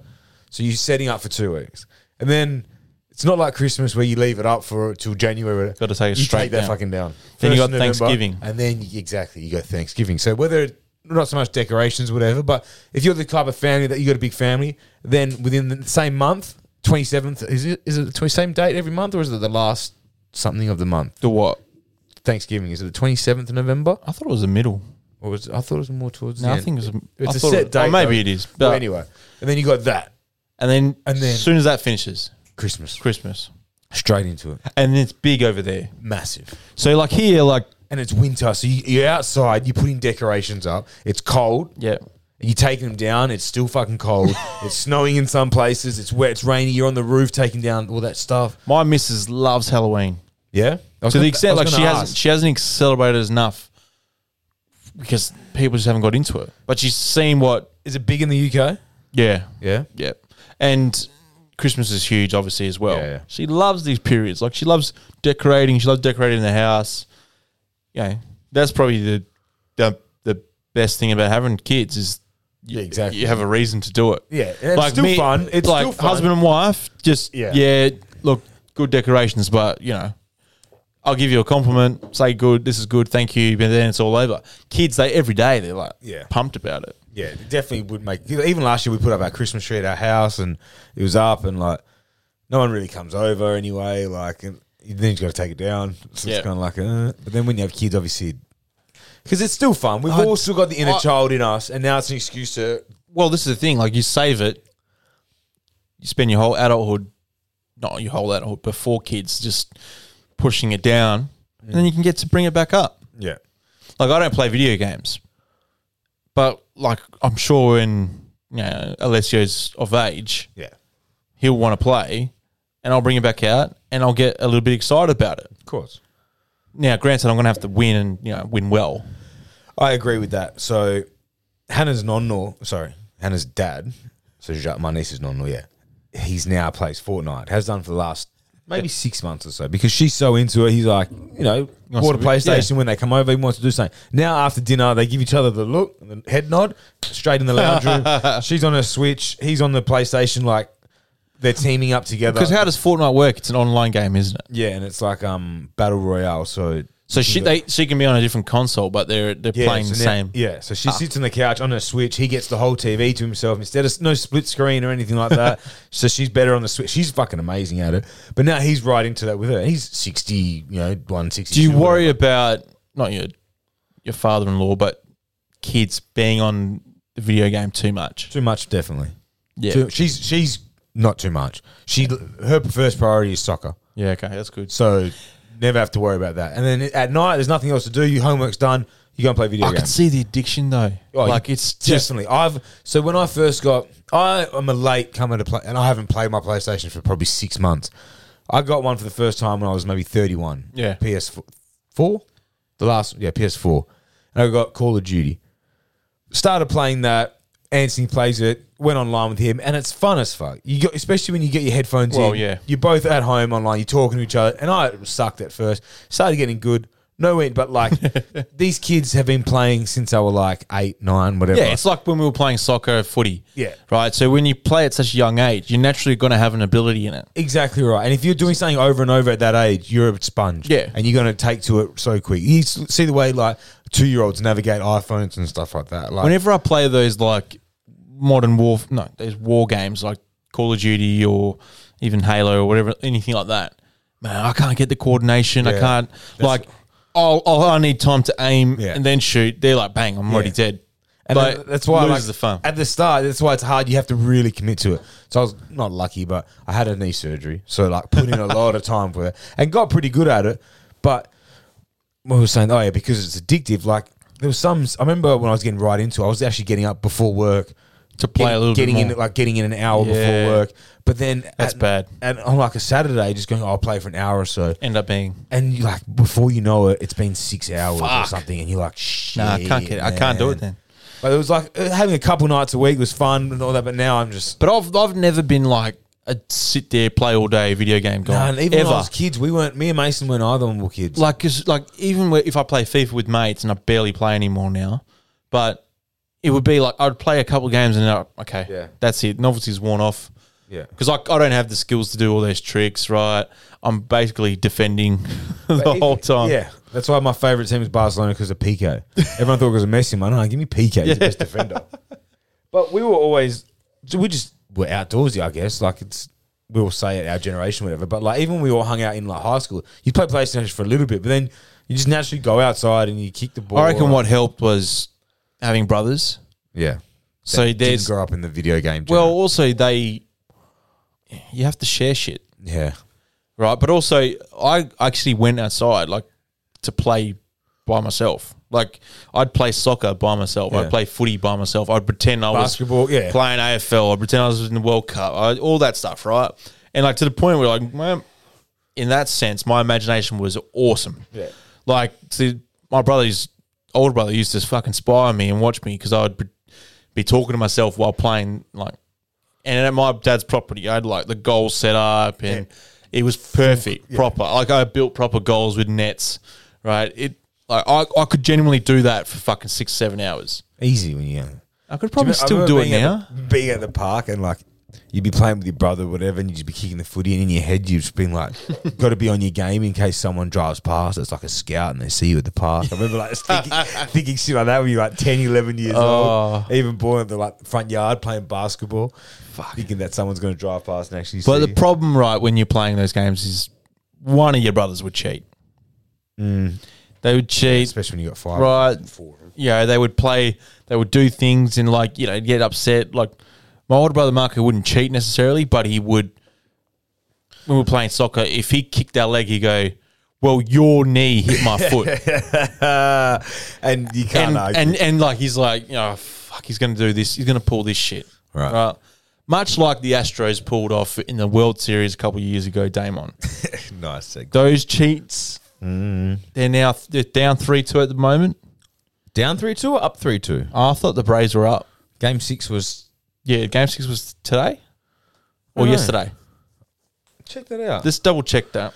Speaker 3: So you're setting up for two weeks, and then it's not like Christmas where you leave it up for till January.
Speaker 2: Gotta take it
Speaker 3: you
Speaker 2: straight
Speaker 3: take that
Speaker 2: down.
Speaker 3: fucking down.
Speaker 2: Then you
Speaker 3: First
Speaker 2: got
Speaker 3: of November,
Speaker 2: Thanksgiving.
Speaker 3: and then you- exactly you got Thanksgiving. So whether not so much decorations, whatever, but if you're the type of family that you got a big family, then within the same month, twenty seventh is it is it the tw- same date every month or is it the last something of the month?
Speaker 2: the what?
Speaker 3: Thanksgiving is it the twenty seventh of November?
Speaker 2: I thought it was the middle.
Speaker 3: Or was it, I thought it was more towards.
Speaker 2: No,
Speaker 3: the
Speaker 2: I
Speaker 3: end.
Speaker 2: think it was.
Speaker 3: It's
Speaker 2: I
Speaker 3: a
Speaker 2: thought
Speaker 3: set
Speaker 2: it-
Speaker 3: date.
Speaker 2: Or maybe
Speaker 3: though.
Speaker 2: it is.
Speaker 3: Well,
Speaker 2: But anyway,
Speaker 3: anyway, and then you got that
Speaker 2: and then
Speaker 3: and then-
Speaker 2: as soon as that finishes,
Speaker 3: Christmas
Speaker 2: Christmas,
Speaker 3: straight into it,
Speaker 2: and it's big over there.
Speaker 3: massive.
Speaker 2: So like here, like
Speaker 3: And it's winter, so you, you're outside. You're putting decorations up. It's cold.
Speaker 2: yeah,
Speaker 3: You're taking them down. It's still fucking cold. it's snowing in some places. It's wet. It's rainy. You're on the roof taking down all that stuff.
Speaker 2: my missus loves Halloween.
Speaker 3: Yeah. I was
Speaker 2: to the
Speaker 3: gonna-
Speaker 2: extent
Speaker 3: I
Speaker 2: like
Speaker 3: was
Speaker 2: she
Speaker 3: gonna
Speaker 2: hasn't
Speaker 3: ask.
Speaker 2: she hasn't celebrated enough because people just haven't got into it. But she's seen what
Speaker 3: Is it big in the UK?
Speaker 2: yeah
Speaker 3: Yeah.
Speaker 2: yeah, and Christmas is huge obviously as well.
Speaker 3: Yeah, yeah.
Speaker 2: She loves these periods. Like she loves decorating. She loves decorating the house. Yeah, that's probably the the, the best thing about having kids is. you-
Speaker 3: Yeah, exactly.
Speaker 2: You have a reason to do it.
Speaker 3: Yeah, and it's still fun. It's
Speaker 2: like
Speaker 3: still fun.
Speaker 2: husband and wife. Just
Speaker 3: Yeah.
Speaker 2: yeah. yeah, look, good decorations, but you know, I'll give you a compliment, say good, this is good, thank you, but then it's all over. Kids, they every day they're like
Speaker 3: Yeah.
Speaker 2: pumped about it.
Speaker 3: Yeah, it definitely would make. Even last year, we put up our Christmas tree at our house, and it was up, and like no one really comes over anyway. Like, and then you've got to take it down. So
Speaker 2: Yeah.
Speaker 3: it's kind of like, uh, but then when you have kids, obviously, because it's still fun. We've
Speaker 2: I-
Speaker 3: all still got the inner
Speaker 2: I-
Speaker 3: child in us, and now it's an excuse to.
Speaker 2: Well, this is the thing, like you save it, you spend your whole adulthood not your whole adulthood before kids, just pushing it down. And then you can get to bring it back up.
Speaker 3: Yeah,
Speaker 2: Like I don't play video games. But like I'm sure when you know, Alessio's of age,
Speaker 3: yeah, of
Speaker 2: he'll want to play, and I'll bring it back out, and I'll get a little bit excited about it.
Speaker 3: course.
Speaker 2: Now, granted, I'm going to have to win and you know win well.
Speaker 3: I agree with that. So Hannah's nonno, sorry, Hannah's dad. So Jacques, my niece's nonno, yeah. He's now plays Fortnite. Has done for the last maybe six months or so because she's so into it. He's like, you know,
Speaker 2: wants
Speaker 3: bought a
Speaker 2: to be-
Speaker 3: PlayStation when they come over. He wants to do something. Now after dinner, they give each other the look, and the head nod, straight in the lounge room. She's on her Switch. He's on the PlayStation. Like they're teaming up together.
Speaker 2: Because how does Fortnite work? It's an online game, isn't it?
Speaker 3: yeah, and it's like um battle royale. So
Speaker 2: So she they she can be on a different console, but they're they're playing the
Speaker 3: so now-
Speaker 2: same.
Speaker 3: Yeah, so she sits on the couch on her Switch. He gets the whole TV to himself instead of no split screen or anything like that. so she's better on the Switch. She's fucking amazing at it. But now he's right into that with her. He's sixty, you know, one sixty.
Speaker 2: Do you worry about not your your father-in-law, but kids being on the video game too much?
Speaker 3: too much? Definitely.
Speaker 2: Yeah,
Speaker 3: Too- she's she's not too much. She her first priority is soccer.
Speaker 2: yeah. Okay, that's good.
Speaker 3: So never have to worry about that. And then at night, there's nothing else to do. Your homework's done. You go and play video
Speaker 2: I
Speaker 3: games.
Speaker 2: can see the addiction though.
Speaker 3: Oh,
Speaker 2: like
Speaker 3: you-
Speaker 2: it's just
Speaker 3: definitely. I've so when I first got, I am a late comer to play, and I haven't played my PlayStation for probably six months. I got one for the first time when I was maybe thirty-one.
Speaker 2: Yeah.
Speaker 3: PS four, the last yeah PS four, and I got Call of Duty. Started playing that. Anthony plays it. Went online with him, and it's fun as fuck. You got, especially when you get your headphones
Speaker 2: Well,
Speaker 3: in.
Speaker 2: yeah.
Speaker 3: You're both at home online. You're talking to each other, and I sucked at first. Started getting good. No end, but like these kids have been playing since they were like eight, nine, whatever.
Speaker 2: Yeah, it's like when we were playing soccer, footy.
Speaker 3: Yeah.
Speaker 2: Right. So when you play at such a young age, you're naturally going to have an ability in it.
Speaker 3: Exactly right. And if you're doing something over and over at that age, you're a sponge.
Speaker 2: Yeah.
Speaker 3: And you're going to take to it so quick. You s- see the way like two year olds navigate iPhones and stuff like that. Like,
Speaker 2: Whenever I play those like modern war, no, those war games like Call of Duty or even Halo or whatever, anything like that, man, I can't get the coordination. I
Speaker 3: Yeah.
Speaker 2: can't like. I'll, I'll, I need time to aim
Speaker 3: Yeah.
Speaker 2: and then shoot. They're like, bang, I'm already
Speaker 3: Yeah.
Speaker 2: dead.
Speaker 3: and
Speaker 2: but
Speaker 3: that- that's why like,
Speaker 2: loses the fun.
Speaker 3: at the start. That's why it's hard. You have to really commit to it. So I was not lucky, but I had a knee surgery, so like put in a lot of time for it and got pretty good at it. But what we were saying, oh yeah, because it's addictive. Like there was some. I remember when I was getting right into, it, I was actually getting up before work
Speaker 2: To play
Speaker 3: getting,
Speaker 2: a little
Speaker 3: getting
Speaker 2: bit
Speaker 3: in
Speaker 2: more.
Speaker 3: like getting in an hour
Speaker 2: Yeah.
Speaker 3: before work. But then
Speaker 2: That's
Speaker 3: at-
Speaker 2: bad.
Speaker 3: And on like a Saturday, just going, oh, I'll play for an hour or so.
Speaker 2: End up being
Speaker 3: And you like before you know it, it's been six hours or
Speaker 2: Fuck.
Speaker 3: something, and you're like, shit.
Speaker 2: Nah, I can't get. I can't do it
Speaker 3: man."
Speaker 2: then.
Speaker 3: But it was like uh, having a couple nights a week was fun and all that. But now I'm just.
Speaker 2: But I've I've never been like a sit there play all day video game
Speaker 3: Nah,
Speaker 2: guy.
Speaker 3: and even when I
Speaker 2: Oh, ever.
Speaker 3: was kids, we weren't. Me and Mason weren't either when we were kids.
Speaker 2: like 'cause, like even where- if I play FIFA with mates and I barely play anymore now, but it would be like I'd play a couple games and then I, okay,
Speaker 3: Yeah.
Speaker 2: that's it. Novelty's worn off
Speaker 3: yeah.
Speaker 2: because I, I don't have the skills to do all those tricks. Right, I'm basically defending the
Speaker 3: But if-
Speaker 2: whole time.
Speaker 3: Yeah, that's why my favorite team is Barcelona because of Pico. Everyone thought it was a Messi. Man, no, give me Pico. He's the best defender. But we were always so we just were outdoorsy, I guess. Like it's we all say it, our generation, whatever. But like even when we all hung out in like high school, you play PlayStation for a little bit, but then you just naturally go outside and you kick the ball.
Speaker 2: I reckon what helped was having brothers.
Speaker 3: Yeah.
Speaker 2: So
Speaker 3: Didn't
Speaker 2: there's
Speaker 3: grow up in the video game.
Speaker 2: well
Speaker 3: Well,
Speaker 2: also they you have to share shit.
Speaker 3: yeah.
Speaker 2: right? But also, I actually went outside like to play by myself. Like I'd play soccer by myself.
Speaker 3: Yeah.
Speaker 2: I'd play footy by myself. I'd pretend I
Speaker 3: Basketball,
Speaker 2: was
Speaker 3: yeah.
Speaker 2: playing AFL. I'd pretend I was in the World Cup. I, all that stuff, right? And like to the point where like, man, in that sense, my imagination was awesome.
Speaker 3: Yeah.
Speaker 2: Like see, my brother's older brother used to fucking spy on me and watch me because I would be talking to myself while playing like and at my dad's property, I had like the goals set up, and it was perfect, proper. Like I built proper goals with nets, right? It like I, I could genuinely do that for fucking six seven hours.
Speaker 3: Easy when you're young.
Speaker 2: I could probably still do it now.
Speaker 3: being at the park and like you'd be playing with your brother, or whatever, and you'd just be kicking the footy, and in your head you've just been like, "Got to be on your game in case someone drives past." It's like a scout, and they see you at the park. I remember like just thinking, thinking shit like that when you're like 10, 11 years old, even born at the like front yard playing basketball, thinking that someone's going to drive past and actually.
Speaker 2: But
Speaker 3: see
Speaker 2: the problem, right, when you're playing those games is one of your brothers would cheat.
Speaker 3: Mm.
Speaker 2: They would cheat,
Speaker 3: especially when you got five,
Speaker 2: right?
Speaker 3: Four.
Speaker 2: You know, they would play, they would do things and like, you know, get upset. Like my older brother Marco wouldn't cheat necessarily, but he would when we were playing soccer, if he kicked our leg, he'd go, Well, your knee hit my foot.
Speaker 3: and you can't
Speaker 2: and,
Speaker 3: argue.
Speaker 2: and and like he's like, you know, fuck, he's gonna do this, he's gonna pull this shit.
Speaker 3: Right.
Speaker 2: Much like the Astros pulled off in the World Series a couple of years ago, Damon.
Speaker 3: nice. segue.
Speaker 2: Those cheats,
Speaker 3: Mm.
Speaker 2: they're now they're down three two at the moment.
Speaker 3: Down three two or up three two?
Speaker 2: I thought the Braves were up.
Speaker 3: Game six was.
Speaker 2: Yeah, game six was today or
Speaker 3: Dunno.
Speaker 2: yesterday.
Speaker 3: Check that out.
Speaker 2: Let's double check that.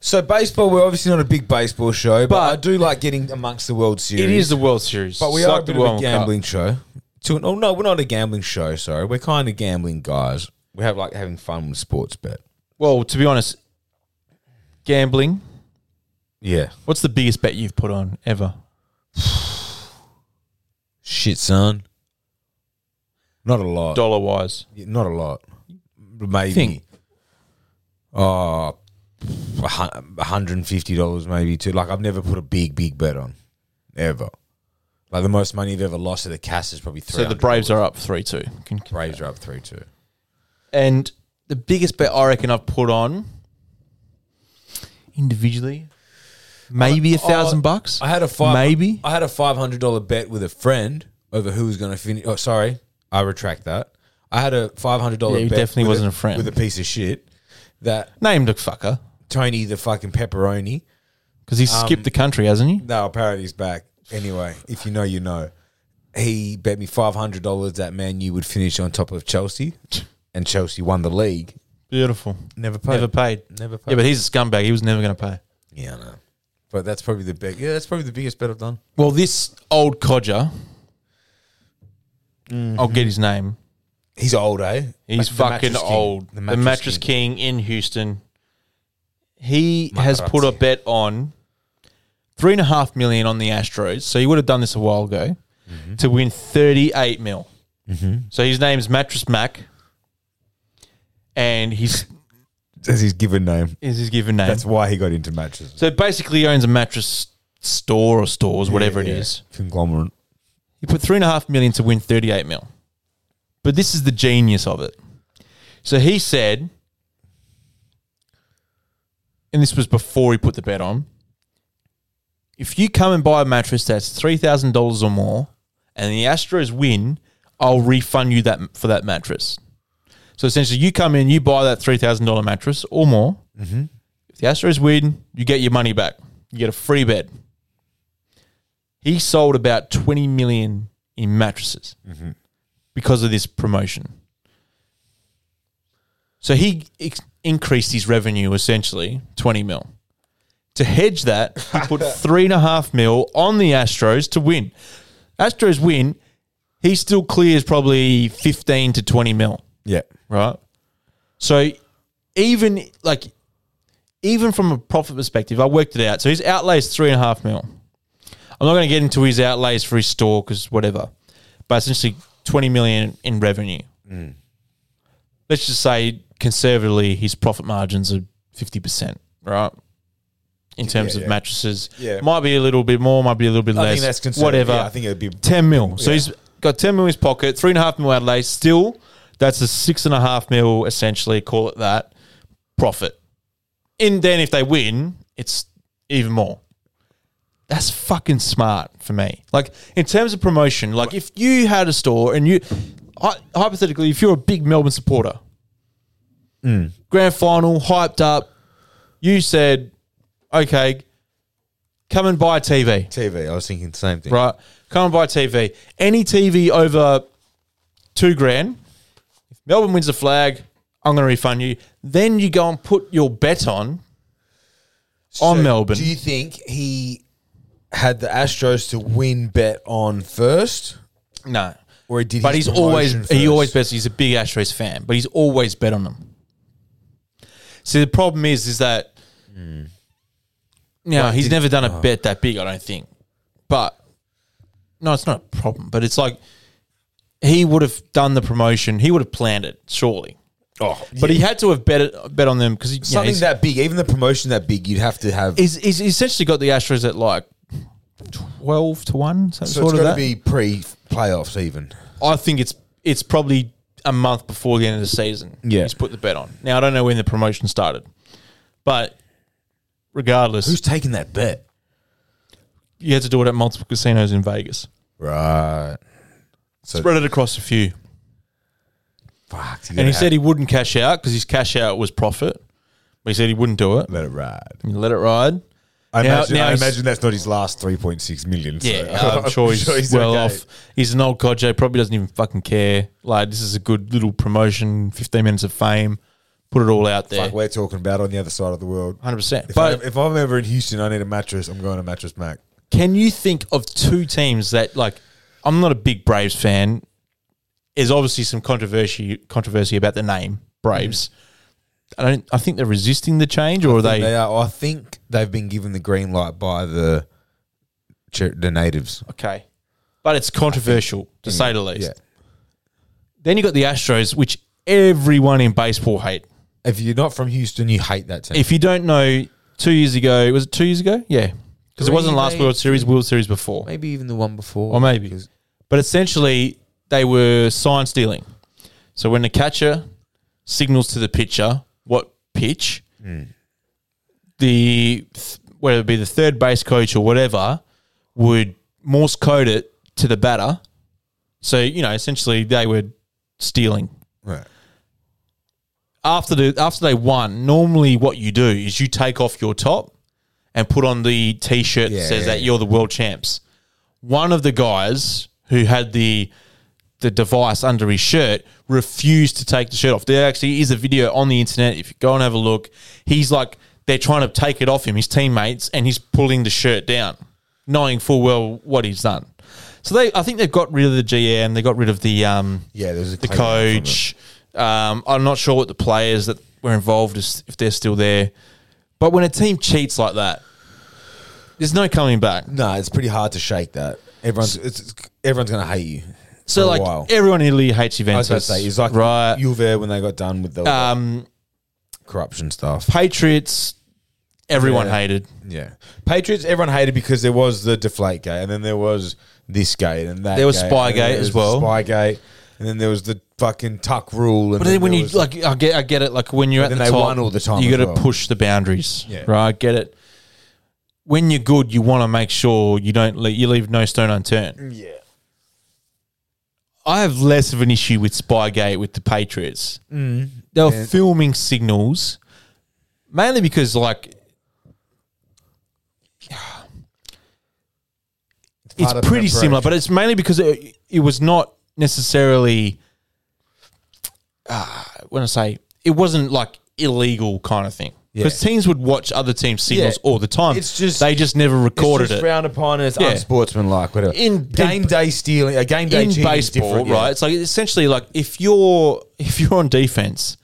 Speaker 3: So baseball, we're obviously not a big baseball show, but,
Speaker 2: But-
Speaker 3: I do like getting amongst the World Series.
Speaker 2: It is the World Series,
Speaker 3: but we
Speaker 2: It's
Speaker 3: are
Speaker 2: like
Speaker 3: a
Speaker 2: the
Speaker 3: bit of a
Speaker 2: World Cup.
Speaker 3: gambling show. To an, oh no, we're not a gambling show. Sorry, we're kind of gambling guys. We have like having fun with sports bet.
Speaker 2: Well, to be honest, gambling.
Speaker 3: Yeah,
Speaker 2: What's the biggest bet you've put on ever?
Speaker 3: shit, son. Not a lot.
Speaker 2: Dollar wise,
Speaker 3: Yeah, Not a lot. Maybe.
Speaker 2: Think.
Speaker 3: Oh, a hun- a hundred and fifty dollars maybe too. Like I've never put a big, big bet on, ever. Like the most money I've ever lost at a cash is probably three.
Speaker 2: so the Braves are up three two.
Speaker 3: Braves are up three two.
Speaker 2: And the biggest bet I reckon I've put on individually, maybe a thousand
Speaker 3: oh,
Speaker 2: bucks.
Speaker 3: I had a five.
Speaker 2: Maybe.
Speaker 3: I had a five hundred dollar bet with a friend over who was going to finish. Oh, sorry, I retract that. I had a five hundred dollar.
Speaker 2: Yeah, you
Speaker 3: bet
Speaker 2: definitely
Speaker 3: with
Speaker 2: wasn't a friend.
Speaker 3: with a piece of shit that
Speaker 2: Named a fucker
Speaker 3: Tony the fucking pepperoni. Um,
Speaker 2: because he's skipped the country, hasn't he?
Speaker 3: No, apparently he's back. Anyway, if you know, you know. he bet me five hundred dollars that Man U would finish on top of Chelsea, and Chelsea won the league.
Speaker 2: Beautiful.
Speaker 3: Never paid.
Speaker 2: Never paid.
Speaker 3: Never paid.
Speaker 2: Yeah, but he's a scumbag. He was never going to pay.
Speaker 3: Yeah, I know. But that's probably the big. Yeah, that's probably the biggest bet I've done.
Speaker 2: Well, this old codger, I'll get his name.
Speaker 3: He's old, eh? Ma-
Speaker 2: He's
Speaker 3: the
Speaker 2: fucking
Speaker 3: Mattress King.
Speaker 2: old. The mattress, king. in Houston. He has put a
Speaker 3: Materazzi.
Speaker 2: bet on three and a half million on the Astros. So he would have done this a while ago
Speaker 3: Mm-hmm.
Speaker 2: to win thirty-eight mil. So his name's Mattress Mac, and he's
Speaker 3: That's his given name.
Speaker 2: is his given name.
Speaker 3: That's why he got into matches.
Speaker 2: so basically, he owns a mattress store or stores, whatever it
Speaker 3: Yeah,
Speaker 2: is.
Speaker 3: yeah. Conglomerate.
Speaker 2: He put three and a half million to win 38 mil. But this is the genius of it. So he said, and this was before he put the bet on if you come and buy a mattress that's $3,000 or more and the Astros win, I'll refund you that for that mattress. So essentially, you come in, you buy that $3,000 mattress or more. If the Astros win, you get your money back. You get a free bed he sold about 20 million in mattresses because of this promotion. So he ex- increased his revenue essentially 20 mil. To hedge that, he put three and a half mil on the Astros to win. Astros win, he still clears probably 15 to 20 mil
Speaker 3: Yeah.
Speaker 2: right? So even like even from a profit perspective, I worked it out. So his outlay is three and a half mil. I'm not going to get into his outlays for his store because whatever, but essentially 20 million in revenue.
Speaker 3: Mm.
Speaker 2: Let's just say conservatively, his profit margins are 50 percent, right? In terms
Speaker 3: Yeah,
Speaker 2: of
Speaker 3: yeah.
Speaker 2: mattresses,
Speaker 3: Yeah.
Speaker 2: might be a little bit more, might be a little bit
Speaker 3: I
Speaker 2: less.
Speaker 3: think that's conservative.
Speaker 2: whatever.
Speaker 3: Yeah, I think it'd be
Speaker 2: 10 mil. So
Speaker 3: Yeah.
Speaker 2: he's got 10 mil in his pocket, three and a half mil Adelaide. Still, that's a six and a half mil, essentially, call it that, profit. And then if they win, it's even more. That's fucking smart for me. Like, in terms of promotion, like, if you had a store and you, hy- hypothetically, if you're a big Melbourne supporter, grand final, hyped up, you said, okay, come and buy a TV
Speaker 3: TV. I was thinking the same thing.
Speaker 2: right? Come and buy a TV. Any TV over two grand, if Melbourne wins the flag, I'm going to refund you. Then you go and put your bet on on Melbourne.
Speaker 3: Do you think he had the Astros to win bet on first,
Speaker 2: no,
Speaker 3: or did?
Speaker 2: but
Speaker 3: his
Speaker 2: he's always
Speaker 3: promotion
Speaker 2: he
Speaker 3: first?
Speaker 2: always bets. He's a big Astros fan, but he's always bet on them. See, the problem is, is that
Speaker 3: Hmm.
Speaker 2: now he's never done
Speaker 3: Oh.
Speaker 2: a bet that big. I don't think, but no, it's not a problem. But it's like he would have done the promotion. He would have planned it surely.
Speaker 3: Oh,
Speaker 2: But he had to have bet it, bet on them because he, you know,
Speaker 3: something
Speaker 2: he's,
Speaker 3: that big, even the promotion that big, you'd have to have.
Speaker 2: he's, he's essentially got the Astros at like twelve to one, so
Speaker 3: so
Speaker 2: sort
Speaker 3: it's
Speaker 2: of
Speaker 3: got to
Speaker 2: that.
Speaker 3: be pre playoffs, even.
Speaker 2: I think it's it's probably a month before the end of the season.
Speaker 3: Yeah.
Speaker 2: he's put the bet on. Now I don't know when the promotion started, but regardless,
Speaker 3: Who's taking that bet?
Speaker 2: you had to do it at multiple casinos in Vegas,
Speaker 3: Right. So
Speaker 2: spread it across a few.
Speaker 3: fuck.
Speaker 2: And he said he wouldn't cash out because his cash out was profit. But he said he wouldn't do it.
Speaker 3: let it ride.
Speaker 2: He let it ride.
Speaker 3: I
Speaker 2: Now-
Speaker 3: imagine,
Speaker 2: now
Speaker 3: I
Speaker 2: he's-
Speaker 3: imagine that's not his last 3.6 million. so-
Speaker 2: Yeah, I'm sure he's, well
Speaker 3: okay.
Speaker 2: off. He's an old codger, probably doesn't even fucking care. Like, this is a good little promotion, 15 minutes of fame, put it all out there.
Speaker 3: Like we're talking about on the other side of the world.
Speaker 2: 100%.
Speaker 3: If,
Speaker 2: But
Speaker 3: I, if I'm ever in Houston, I need a mattress. I'm going to Mattress Mac.
Speaker 2: can you think of two teams that, like, I'm not a big Braves fan. There's obviously some controversy controversy about the name, Braves. I don't. I think they're resisting the change, or are they?
Speaker 3: They, are. Mm. I think they've been given the green light by the Cher- the natives.
Speaker 2: Okay. But it's controversial, to say the least.
Speaker 3: Mm. Yeah.
Speaker 2: Then you got the Astros, which everyone in baseball hate.
Speaker 3: If you're not from Houston, you hate that team.
Speaker 2: If you don't know, two years ago, was it two years ago? Yeah. Because it wasn't
Speaker 3: Three,
Speaker 2: last
Speaker 3: mate.
Speaker 2: World Series, World Series before.
Speaker 3: maybe even the one before,
Speaker 2: Or maybe. But essentially, they were sign stealing. So when the catcher signals to the pitcher what pitch, the th- whether it be the third base coach or whatever would Morse code it to the batter. So you know, essentially, they were stealing.
Speaker 3: Right.
Speaker 2: After the after they won, normally what you do is you take off your top and put on the t-shirt
Speaker 3: Yeah,
Speaker 2: that says
Speaker 3: yeah,
Speaker 2: that
Speaker 3: yeah.
Speaker 2: you're the world champs. One of the guys who had the the device under his shirt refused to take the shirt off. There actually is a video on the internet. If you go and have a look, he's like they're trying to take it off him, his teammates, and he's pulling the shirt down, knowing full well what he's done. So they, I think they've got rid of the GM. They got rid of the um,
Speaker 3: Yeah, there's a
Speaker 2: the
Speaker 3: claim out from
Speaker 2: coach. Um, I'm not sure what the players that were involved is if they're still there. But when a team cheats like that, there's no coming back.
Speaker 3: No, it's pretty hard to shake that. Everyone's it's, it's- everyone's gonna hate you. for a
Speaker 2: So like
Speaker 3: while.
Speaker 2: everyone in Italy hates
Speaker 3: I was
Speaker 2: Juventus.
Speaker 3: gonna say it's like
Speaker 2: right.
Speaker 3: Juve when they got done with the
Speaker 2: um,
Speaker 3: corruption stuff.
Speaker 2: Patriots, everyone
Speaker 3: Yeah.
Speaker 2: hated.
Speaker 3: Yeah, Patriots. Everyone hated because there was the Deflate Gate, and then there was this gate, and that.
Speaker 2: There was
Speaker 3: gate,
Speaker 2: Spygate
Speaker 3: and then there
Speaker 2: as
Speaker 3: was the
Speaker 2: well.
Speaker 3: Spygate, and then there was the fucking Tuck Rule. And
Speaker 2: But then when
Speaker 3: there
Speaker 2: you
Speaker 3: was-
Speaker 2: like, I get, I get it. Like when you're at
Speaker 3: But
Speaker 2: the
Speaker 3: then they
Speaker 2: top,
Speaker 3: won all the time
Speaker 2: You
Speaker 3: as
Speaker 2: got to
Speaker 3: well.
Speaker 2: push the boundaries,
Speaker 3: Yeah.
Speaker 2: right? I get it. When you're good, you want to make sure you don't le- you leave no stone unturned.
Speaker 3: yeah,
Speaker 2: I have less of an issue with Spygate with the Patriots.
Speaker 3: Mm.
Speaker 2: They were filming signals mainly because like it's
Speaker 3: part of
Speaker 2: pretty
Speaker 3: preparation.
Speaker 2: similar, but it's mainly because it, it was not necessarily. Uh, when I say it wasn't like illegal kind of thing, because teams would watch other teams' signals
Speaker 3: Yeah.
Speaker 2: all the time.
Speaker 3: It's just-
Speaker 2: they just never
Speaker 3: It's
Speaker 2: recorded
Speaker 3: just
Speaker 2: it
Speaker 3: frowned upon as
Speaker 2: Yeah.
Speaker 3: unsportsmanlike, whatever.
Speaker 2: In-
Speaker 3: game
Speaker 2: in-
Speaker 3: day stealing, a game day
Speaker 2: in
Speaker 3: cheating is
Speaker 2: baseball,
Speaker 3: different, yeah.
Speaker 2: right? It's like essentially like if you're if you're on defense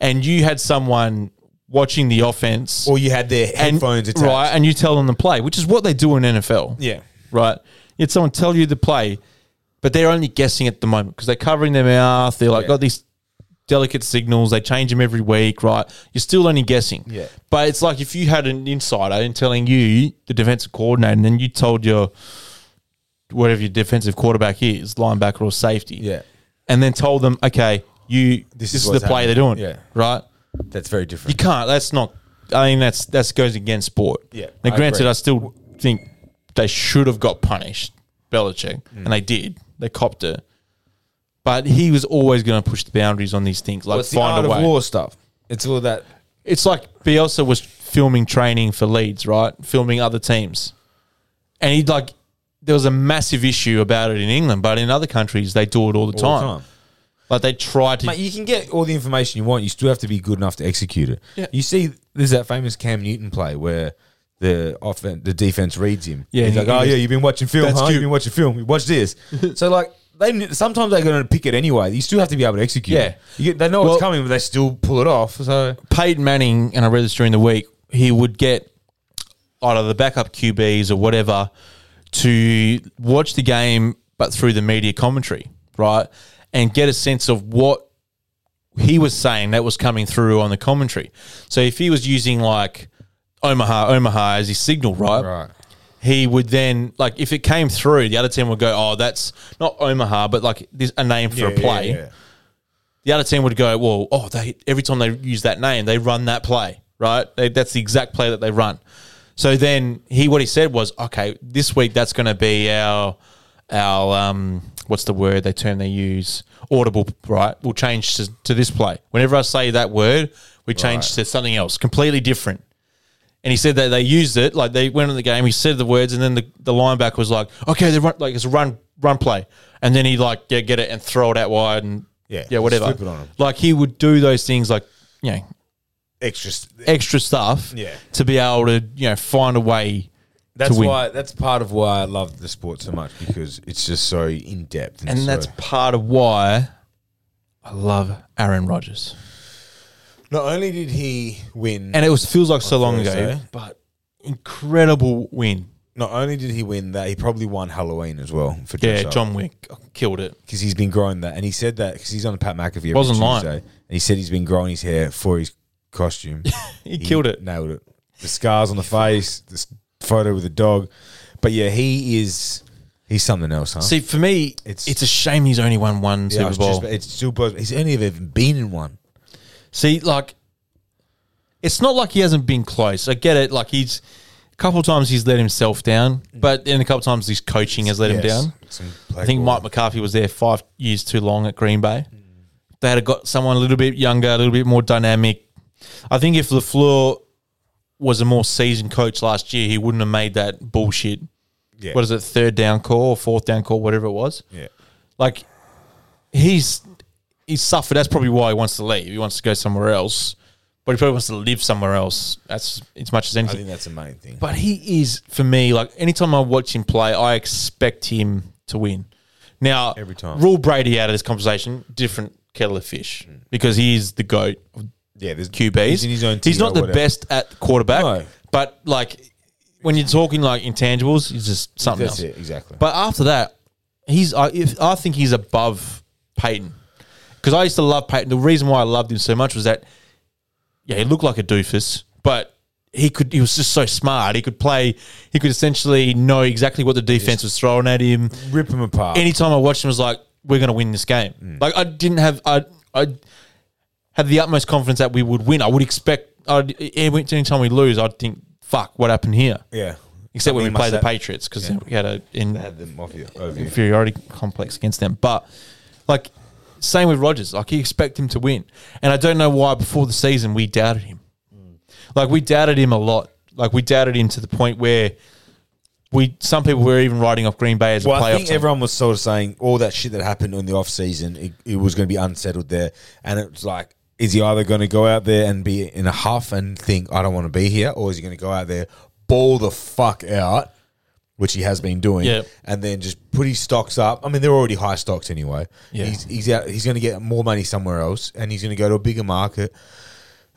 Speaker 2: and you had someone watching the offense
Speaker 3: Or you had their
Speaker 2: and
Speaker 3: headphones attached.
Speaker 2: right, and you tell them to play, which is what they do in NFL.
Speaker 3: Yeah.
Speaker 2: right? Yet someone tell you to play, but they're only guessing at the moment because they're covering their mouth. They're like
Speaker 3: Yeah.
Speaker 2: got these delicate signals. They change them every week, right? You're still only guessing.
Speaker 3: Yeah.
Speaker 2: But it's like if you had an insider and telling you the defensive coordinator, and then you told your whatever your defensive quarterback is, linebacker or safety,
Speaker 3: Yeah.
Speaker 2: and then told them, okay, you
Speaker 3: This
Speaker 2: this,
Speaker 3: is
Speaker 2: is,
Speaker 3: what's
Speaker 2: the play
Speaker 3: happening.
Speaker 2: they're doing,
Speaker 3: Yeah.
Speaker 2: right?
Speaker 3: That's very
Speaker 2: You
Speaker 3: different.
Speaker 2: can't. That's not. I mean, that's that goes against sport.
Speaker 3: Yeah,
Speaker 2: Now,
Speaker 3: I
Speaker 2: granted,
Speaker 3: agree.
Speaker 2: I still think they should have got punished, Belichick,
Speaker 3: Mm.
Speaker 2: and they did. They copped it, but he was always going to push the boundaries on these things. Like
Speaker 3: What's the
Speaker 2: find
Speaker 3: art
Speaker 2: a way.
Speaker 3: of war stuff? It's all that.
Speaker 2: It's like Bielsa was filming training for Leeds, right? Filming other teams, and he'd like. There was a massive issue about it in England, but in other countries they do it all the time.
Speaker 3: All the time.
Speaker 2: Like they try to
Speaker 3: Mate, you can get all the information you want. You still have to be good enough to execute it.
Speaker 2: Yeah.
Speaker 3: You see, there's that famous Cam Newton play where the offense, the defense reads him.
Speaker 2: Yeah,
Speaker 3: he's like,
Speaker 2: and he-
Speaker 3: "Oh
Speaker 2: he
Speaker 3: yeah,
Speaker 2: goes,
Speaker 3: you've been watching film,
Speaker 2: "That's
Speaker 3: huh? You've
Speaker 2: cute."
Speaker 3: been watching film. Watch this." so like, they kn- sometimes they're going to pick it anyway. You still have to be able to execute.
Speaker 2: Yeah.
Speaker 3: it. You get, they know
Speaker 2: Well-
Speaker 3: it's coming, but they still pull it off. So
Speaker 2: Peyton Manning, and I read this during the week, he would get either the backup QBs or whatever to watch the game, but through the media commentary, right? And get a sense of what he was saying that was coming through on the commentary. So if he was using like Omaha, Omaha as his signal, right?
Speaker 3: right,
Speaker 2: He would then like if it came through, the other team would go, "Oh, that's not Omaha, but like this a name for a play." the other team would go, well, oh, they every time they use that name, they run that play, right? They, that's the exact play that they run. So then he, what he said was, okay, this week that's going to be our, our, um, what's the word they term they use? Audible, right? We'll change to, to this play. Whenever I say that word, we change to something else, completely different. And he said that they used it, like they went in the game, he said the words, and then the, the linebacker was like, okay, they run, like it's a run, run play. And then he'd like, yeah, get it and throw it out wide and,
Speaker 3: Yeah,
Speaker 2: yeah, whatever.
Speaker 3: flip it on 'em.
Speaker 2: Like he would do those things, like, you know,
Speaker 3: Extra.
Speaker 2: extra stuff
Speaker 3: Yeah.
Speaker 2: to be able to, you know, find a way
Speaker 3: That's
Speaker 2: to win.
Speaker 3: why. That's part of why I love the sport so much because it's just so in depth.
Speaker 2: and that's part of why I love Aaron Rodgers.
Speaker 3: not only did he win
Speaker 2: And it was feels like so long ago,
Speaker 3: Thursday.
Speaker 2: but incredible win.
Speaker 3: not only did he win that, he probably won Halloween as well for
Speaker 2: Yeah,
Speaker 3: Dressage.
Speaker 2: John Wick killed it.
Speaker 3: because he's been growing that, and he said that because he's on Pat McAfee every
Speaker 2: Wasn't lying.
Speaker 3: Tuesday, and he said he's been growing his hair for his costume.
Speaker 2: He, killed it.
Speaker 3: nailed it. The scars on the face, this photo with the dog, but yeah, he is he's something else, huh?
Speaker 2: See, for me,
Speaker 3: It's-
Speaker 2: it's, a shame he's only won one
Speaker 3: yeah, I was
Speaker 2: Super Bowl.
Speaker 3: just- it's still blows. He's only ever been in one.
Speaker 2: See, like, it's not like he hasn't been close. I get it. Like, he's a couple times he's let himself down, but then a couple times his coaching has let him
Speaker 3: Yes.
Speaker 2: down.
Speaker 3: Some
Speaker 2: I think
Speaker 3: black
Speaker 2: Mike McCarthy was there five years too long at Green Bay. They had got someone a little bit younger, a little bit more dynamic. I think if Lafleur was a more seasoned coach last year, he wouldn't have made that bullshit
Speaker 3: Yeah.
Speaker 2: what is it, third down call or fourth down call, whatever it was.
Speaker 3: Yeah.
Speaker 2: Like he's he's suffered. That's probably why he wants to leave. He wants to go somewhere else, but he probably wants to live somewhere else. That's as much as
Speaker 3: I
Speaker 2: anything.
Speaker 3: think that's the main thing.
Speaker 2: But he is for me like anytime I watch him play, I expect him to win. Now,
Speaker 3: Every time.
Speaker 2: rule Brady out of this conversation. Different kettle of fish because he is the goat of
Speaker 3: yeah, there's
Speaker 2: QBs.
Speaker 3: He's in his own. tier
Speaker 2: He's
Speaker 3: or
Speaker 2: not the
Speaker 3: whatever.
Speaker 2: best at quarterback,
Speaker 3: No.
Speaker 2: but like when you're talking like intangibles, he's just something
Speaker 3: That's
Speaker 2: else.
Speaker 3: it exactly.
Speaker 2: But after that, he's I, if, I think he's above Peyton because I used to love Peyton. The reason why I loved him so much was that yeah, he looked like a doofus, but he could he was just so smart. He could play. He could essentially know exactly what the defense was throwing at him
Speaker 3: rip him apart.
Speaker 2: anytime I watched him, I was like, we're going to win this game. Like, I didn't have, I, I had the utmost confidence that we would win. I would expect, I'd, anytime we lose, I'd think, fuck, what happened here?
Speaker 3: yeah,
Speaker 2: Except
Speaker 3: Something
Speaker 2: when we played
Speaker 3: must
Speaker 2: the
Speaker 3: have-
Speaker 2: Patriots because we had a in,
Speaker 3: had them off you over you.
Speaker 2: inferiority complex against them. But, like, same with Rogers. Like, you expect him to win. And I don't know why before the season we doubted him.
Speaker 3: Mm.
Speaker 2: Like, we doubted him a lot. Like, we doubted him to the point where we some people were even writing off Green Bay as a
Speaker 3: Well,
Speaker 2: playoff
Speaker 3: I think
Speaker 2: team.
Speaker 3: everyone was sort of saying all that shit that happened in the off season, it, it was going to be unsettled there, and it was like, is he either going to go out there and be in a huff and think I don't want to be here, or is he going to go out there ball the fuck out, which he has been doing,
Speaker 2: Yeah.
Speaker 3: and then just put his stocks up. I mean, they're already high stocks anyway.
Speaker 2: Yeah.
Speaker 3: He's he's out, he's going to get more money somewhere else, and he's going to go to a bigger market,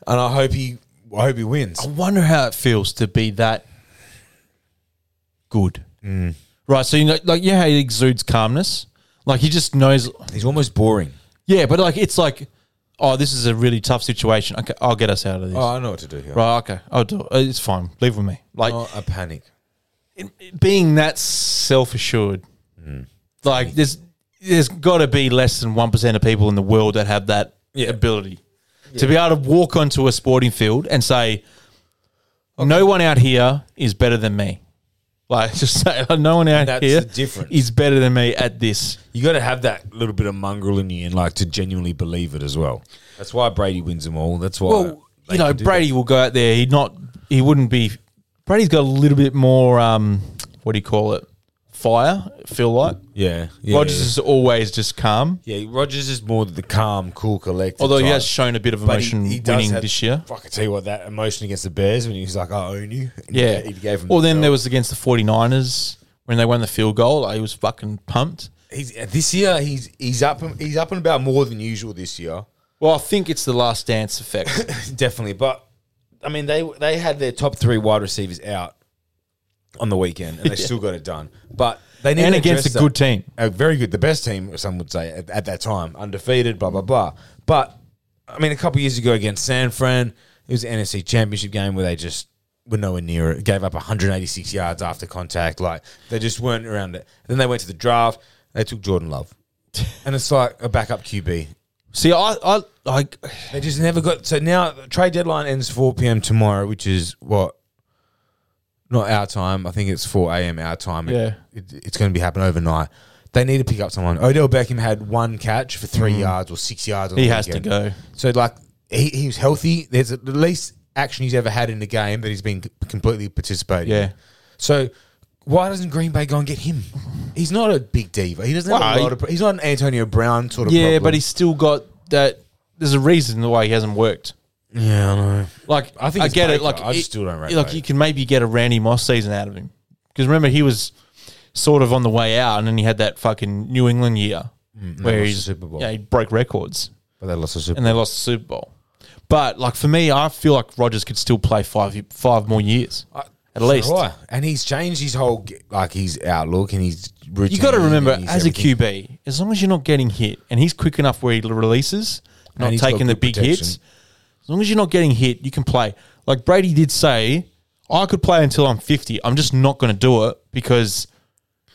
Speaker 3: and I hope he I hope he wins.
Speaker 2: I wonder how it feels to be that good.
Speaker 3: Mm.
Speaker 2: Right. So you know, like, yeah, how he exudes calmness. Like he just knows.
Speaker 3: He's almost boring.
Speaker 2: Yeah, but like it's like, oh, this is a really tough situation. Okay, I'll get us out of this.
Speaker 3: Oh, I know what to do here.
Speaker 2: Right. Okay, I'll do it. It's fine. Leave with me. Like
Speaker 3: Oh, I panic.
Speaker 2: being that self assured. Like there's there's got to be less than one percent of people in the world that have that ability to be able to walk onto a sporting field and say, "No one out here is better than me." Like just say, "No one out
Speaker 3: That's
Speaker 2: here
Speaker 3: the difference.
Speaker 2: is better than me at this."
Speaker 3: You got to have that little bit of mongrel in you and like to genuinely believe it as well. That's why Brady wins them all. That's why.
Speaker 2: Well,
Speaker 3: they
Speaker 2: you know,
Speaker 3: can do
Speaker 2: Brady will go out there. He not he wouldn't be. Brady's got a little bit more. Um, what do you call it? Fire. Feel like
Speaker 3: that. Yeah, yeah.
Speaker 2: Rogers is always just calm.
Speaker 3: yeah. yeah, Rogers is more the calm, cool, collected.
Speaker 2: Although
Speaker 3: type.
Speaker 2: he has shown a bit of
Speaker 3: But
Speaker 2: emotion
Speaker 3: does
Speaker 2: winning
Speaker 3: have-
Speaker 2: this year.
Speaker 3: Fuck, I tell you what, that emotion against the Bears when he was like, "I own you." And he
Speaker 2: Yeah.
Speaker 3: ga- he gave him.
Speaker 2: well,
Speaker 3: the
Speaker 2: then
Speaker 3: belt.
Speaker 2: there was against the 49ers when they won the field goal. I was fucking pumped.
Speaker 3: He's, this year, he's he's up and- he's up and about more than usual this year.
Speaker 2: Well, I think it's the last dance effect.
Speaker 3: Definitely, but I mean, they they had their top three wide receivers out on the weekend, and they still got it done. But they need
Speaker 2: and
Speaker 3: to
Speaker 2: against
Speaker 3: address that.
Speaker 2: a good team.
Speaker 3: a very good, the best team, some would say, at, at that time, undefeated, blah blah blah. But I mean, a couple of years ago against San Fran, it was an NFC Championship game where they just were nowhere near it. Gave up 186 yards after contact, like they just weren't around it. Then they went to the draft, they took Jordan Love, and it's like a backup QB.
Speaker 2: See, I, I, I,
Speaker 3: They just never got. So now the trade deadline ends 4 p.m. tomorrow, which is what. Not our time. I think it's 4 a.m. our time. It-
Speaker 2: Yeah.
Speaker 3: It, it's going to be happening overnight. They need to pick up someone. Odell Beckham had one catch for three yards or six yards. On
Speaker 2: Mm. he
Speaker 3: the
Speaker 2: has to
Speaker 3: weekend.
Speaker 2: go.
Speaker 3: So, like, he, he was healthy. There's at least action he's ever had in the game that he's been c- completely participating in.
Speaker 2: Yeah.
Speaker 3: So, why doesn't Green Bay go and get him? He's not a big diva. He doesn't have
Speaker 2: Well,
Speaker 3: a lot of. He's not an Antonio Brown sort of
Speaker 2: Yeah,
Speaker 3: problem.
Speaker 2: but he's still got that. There's a reason why he hasn't worked.
Speaker 3: Yeah, I know.
Speaker 2: Like I
Speaker 3: I think
Speaker 2: think I
Speaker 3: it's
Speaker 2: get it.
Speaker 3: Baker.
Speaker 2: Like
Speaker 3: I just still don't rate
Speaker 2: Like
Speaker 3: Baker.
Speaker 2: you can maybe get a Randy Moss season out of him because remember he was sort of on the way out, and then he had that fucking New England year where
Speaker 3: Mm, lost
Speaker 2: he's
Speaker 3: the Super Bowl.
Speaker 2: yeah he broke records
Speaker 3: But they lost the Super
Speaker 2: and they lost the Super Bowl. But like for me, I feel like Rogers could still play five five more years at
Speaker 3: So
Speaker 2: least.
Speaker 3: do I. And he's changed his whole g- like his outlook and his routine.
Speaker 2: You got to remember
Speaker 3: and his
Speaker 2: as
Speaker 3: everything.
Speaker 2: a QB, as long as you're not getting hit, and he's quick enough where he releases, not
Speaker 3: he's got
Speaker 2: taking the
Speaker 3: good
Speaker 2: big
Speaker 3: protection.
Speaker 2: hits. As long as you're not getting hit, you can play. Like Brady did say, I could play until I'm 50. I'm just not going to do it because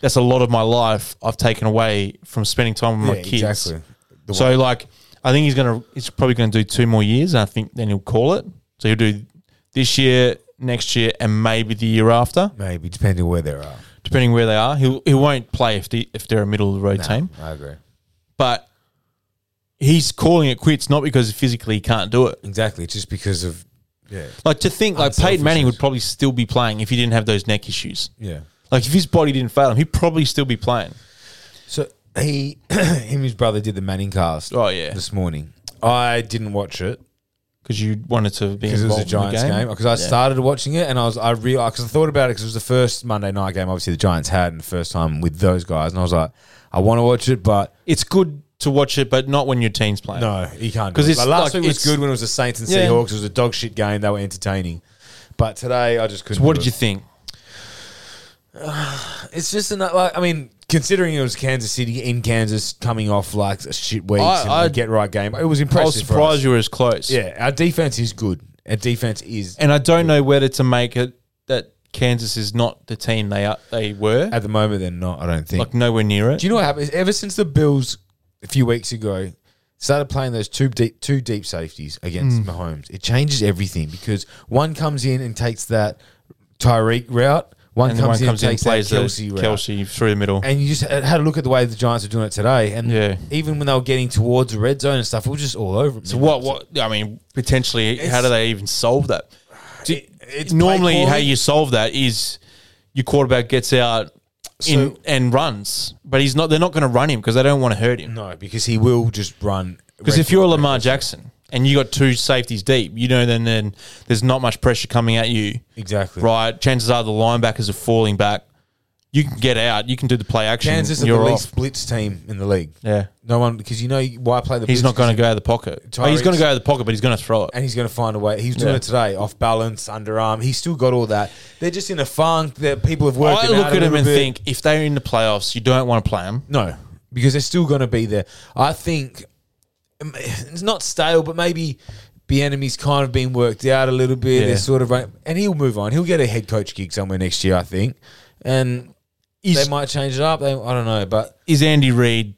Speaker 2: that's a lot of my life I've taken away from spending time with my
Speaker 3: Yeah,
Speaker 2: kids.
Speaker 3: exactly. The
Speaker 2: so like, I think he's going to. He's probably going to do two more years, and I think then he'll call it. So he'll do this year, next year, and maybe the year after,
Speaker 3: Maybe depending on where they are.
Speaker 2: depending where they are. He'll, he won't play if they, if they're a middle of the road team
Speaker 3: I agree.
Speaker 2: but he's calling it quits not because physically he can't do it.
Speaker 3: Exactly. It's Just because of yeah,
Speaker 2: Like to think, like Peyton Manning
Speaker 3: Unselfishness.
Speaker 2: would probably still be playing if he didn't have those neck issues.
Speaker 3: yeah.
Speaker 2: Like Like if his body didn't fail him, he'd probably still be playing.
Speaker 3: So he, him, and his brother did the Manning cast.
Speaker 2: Oh, yeah.
Speaker 3: this morning. I didn't watch it
Speaker 2: Because you wanted to be
Speaker 3: because it was
Speaker 2: involved
Speaker 3: a Giants
Speaker 2: in the
Speaker 3: game.
Speaker 2: game.
Speaker 3: Because I started watching it and I was I realized because I thought about it because it was the first Monday night game. Obviously, the Giants had and the first time with those guys, and I was like, I want to watch it, but
Speaker 2: It's good to watch it, but not when your team's playing.
Speaker 3: no, you can't.
Speaker 2: 'Cause
Speaker 3: Because
Speaker 2: it's
Speaker 3: like last
Speaker 2: like-
Speaker 3: week was
Speaker 2: it's-
Speaker 3: good when it was the Saints and
Speaker 2: Yeah.
Speaker 3: Seahawks. It was a dog shit game. They were entertaining, but today I just couldn't.
Speaker 2: So what
Speaker 3: do it.
Speaker 2: did you think?
Speaker 3: It's just an, like I mean, considering it was Kansas City in Kansas, coming off like a shit week
Speaker 2: I-
Speaker 3: and
Speaker 2: I-
Speaker 3: a get right game, it was
Speaker 2: I was
Speaker 3: impressive. for us.
Speaker 2: surprised you were as close.
Speaker 3: Yeah, our defense is good. Our defense is
Speaker 2: And I don't know whether to make it that Kansas is not the team they are, they were.
Speaker 3: at the moment they're not. I don't think.
Speaker 2: Like nowhere near it.
Speaker 3: Do you know what happens? Ever since the Bills a few weeks ago started playing those two deep two deep safeties against
Speaker 2: Mm.
Speaker 3: Mahomes, it changes everything because one comes in and takes that Tyreek route, one
Speaker 2: and
Speaker 3: comes,
Speaker 2: then one
Speaker 3: in
Speaker 2: comes
Speaker 3: and
Speaker 2: in and
Speaker 3: takes
Speaker 2: plays
Speaker 3: that Kelsey
Speaker 2: the
Speaker 3: route.
Speaker 2: Kelsey through the middle.
Speaker 3: And you just had a look at the way the Giants are doing it today, and
Speaker 2: Yeah.
Speaker 3: even when they were getting towards the red zone and stuff, it was just all over.
Speaker 2: So what? What? I mean, potentially, how do they even solve that? Do-
Speaker 3: It- it's
Speaker 2: normally,
Speaker 3: play
Speaker 2: how
Speaker 3: calling.
Speaker 2: you solve that is your quarterback gets out in
Speaker 3: So-
Speaker 2: and runs, but he's not. They're not going to run him because they don't want to hurt him.
Speaker 3: No, because he will just run.
Speaker 2: Because if you're Lamar Jackson and you got two safeties deep, you know, then then there's not much pressure coming at you.
Speaker 3: exactly
Speaker 2: Right? Chances are the linebackers are falling back. You can get out. You can do the play action.
Speaker 3: Kansas are the
Speaker 2: you're off.
Speaker 3: least blitz team in the league.
Speaker 2: Yeah.
Speaker 3: No one because you know why play the.
Speaker 2: He's
Speaker 3: blitz
Speaker 2: not
Speaker 3: because
Speaker 2: going to go out of the pocket. Oh, he's
Speaker 3: Tyreek's-
Speaker 2: going to go out of the pocket, but he's going to throw it.
Speaker 3: and he's going to find a way. He was doing
Speaker 2: Yeah.
Speaker 3: it today, off balance, underarm. He's still got all that. They're just in a funk. That people have worked.
Speaker 2: I
Speaker 3: it out
Speaker 2: look
Speaker 3: a
Speaker 2: at him
Speaker 3: little
Speaker 2: and
Speaker 3: bit.
Speaker 2: think if they're in the playoffs, you don't want to play them.
Speaker 3: no, because they're still going to be there. I think um, it's not stale, but maybe the enemy's kind of been worked out a little bit.
Speaker 2: Yeah.
Speaker 3: They're sort of right, and he'll move on. He'll get a head coach gig somewhere next year, I think, and
Speaker 2: Is
Speaker 3: they might change it up. They, I don't know, but
Speaker 2: is Andy Reid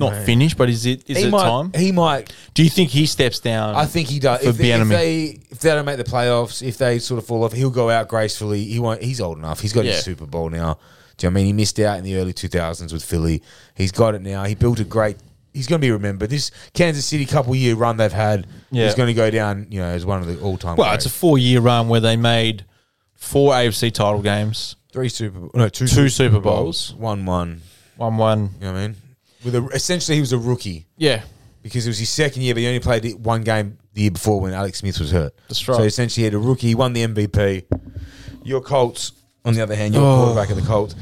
Speaker 2: not finished? But is it is
Speaker 3: he
Speaker 2: it
Speaker 3: might.
Speaker 2: time?
Speaker 3: He might.
Speaker 2: Do you think he steps down?
Speaker 3: I think he does.
Speaker 2: For
Speaker 3: if, they, if
Speaker 2: Bieniemy.
Speaker 3: they if they don't make the playoffs, if they sort of fall off, he'll go out gracefully. He won't. He's old enough. He's got
Speaker 2: Yeah.
Speaker 3: his Super Bowl now. Do you know what I mean he missed out in the early two thousands with Philly? He's got it now. He built a great. He's going to be remembered. This Kansas City couple year run they've had
Speaker 2: Yeah.
Speaker 3: is going to go down. You know, as one of the all time.
Speaker 2: well, it's a four year run where they made four AFC title games,
Speaker 3: three Super Bowl, no two,
Speaker 2: Two Super Bowls.
Speaker 3: one one.
Speaker 2: one one.
Speaker 3: You know what I mean? With a, essentially, he was a rookie.
Speaker 2: Yeah,
Speaker 3: because it was his second year, but he only played it one game the year before when Alex Smith was hurt.
Speaker 2: That's right.
Speaker 3: So essentially, he had a rookie. He won the MVP. Your Colts, on the other hand, your
Speaker 2: Oh.
Speaker 3: quarterback of the Colts.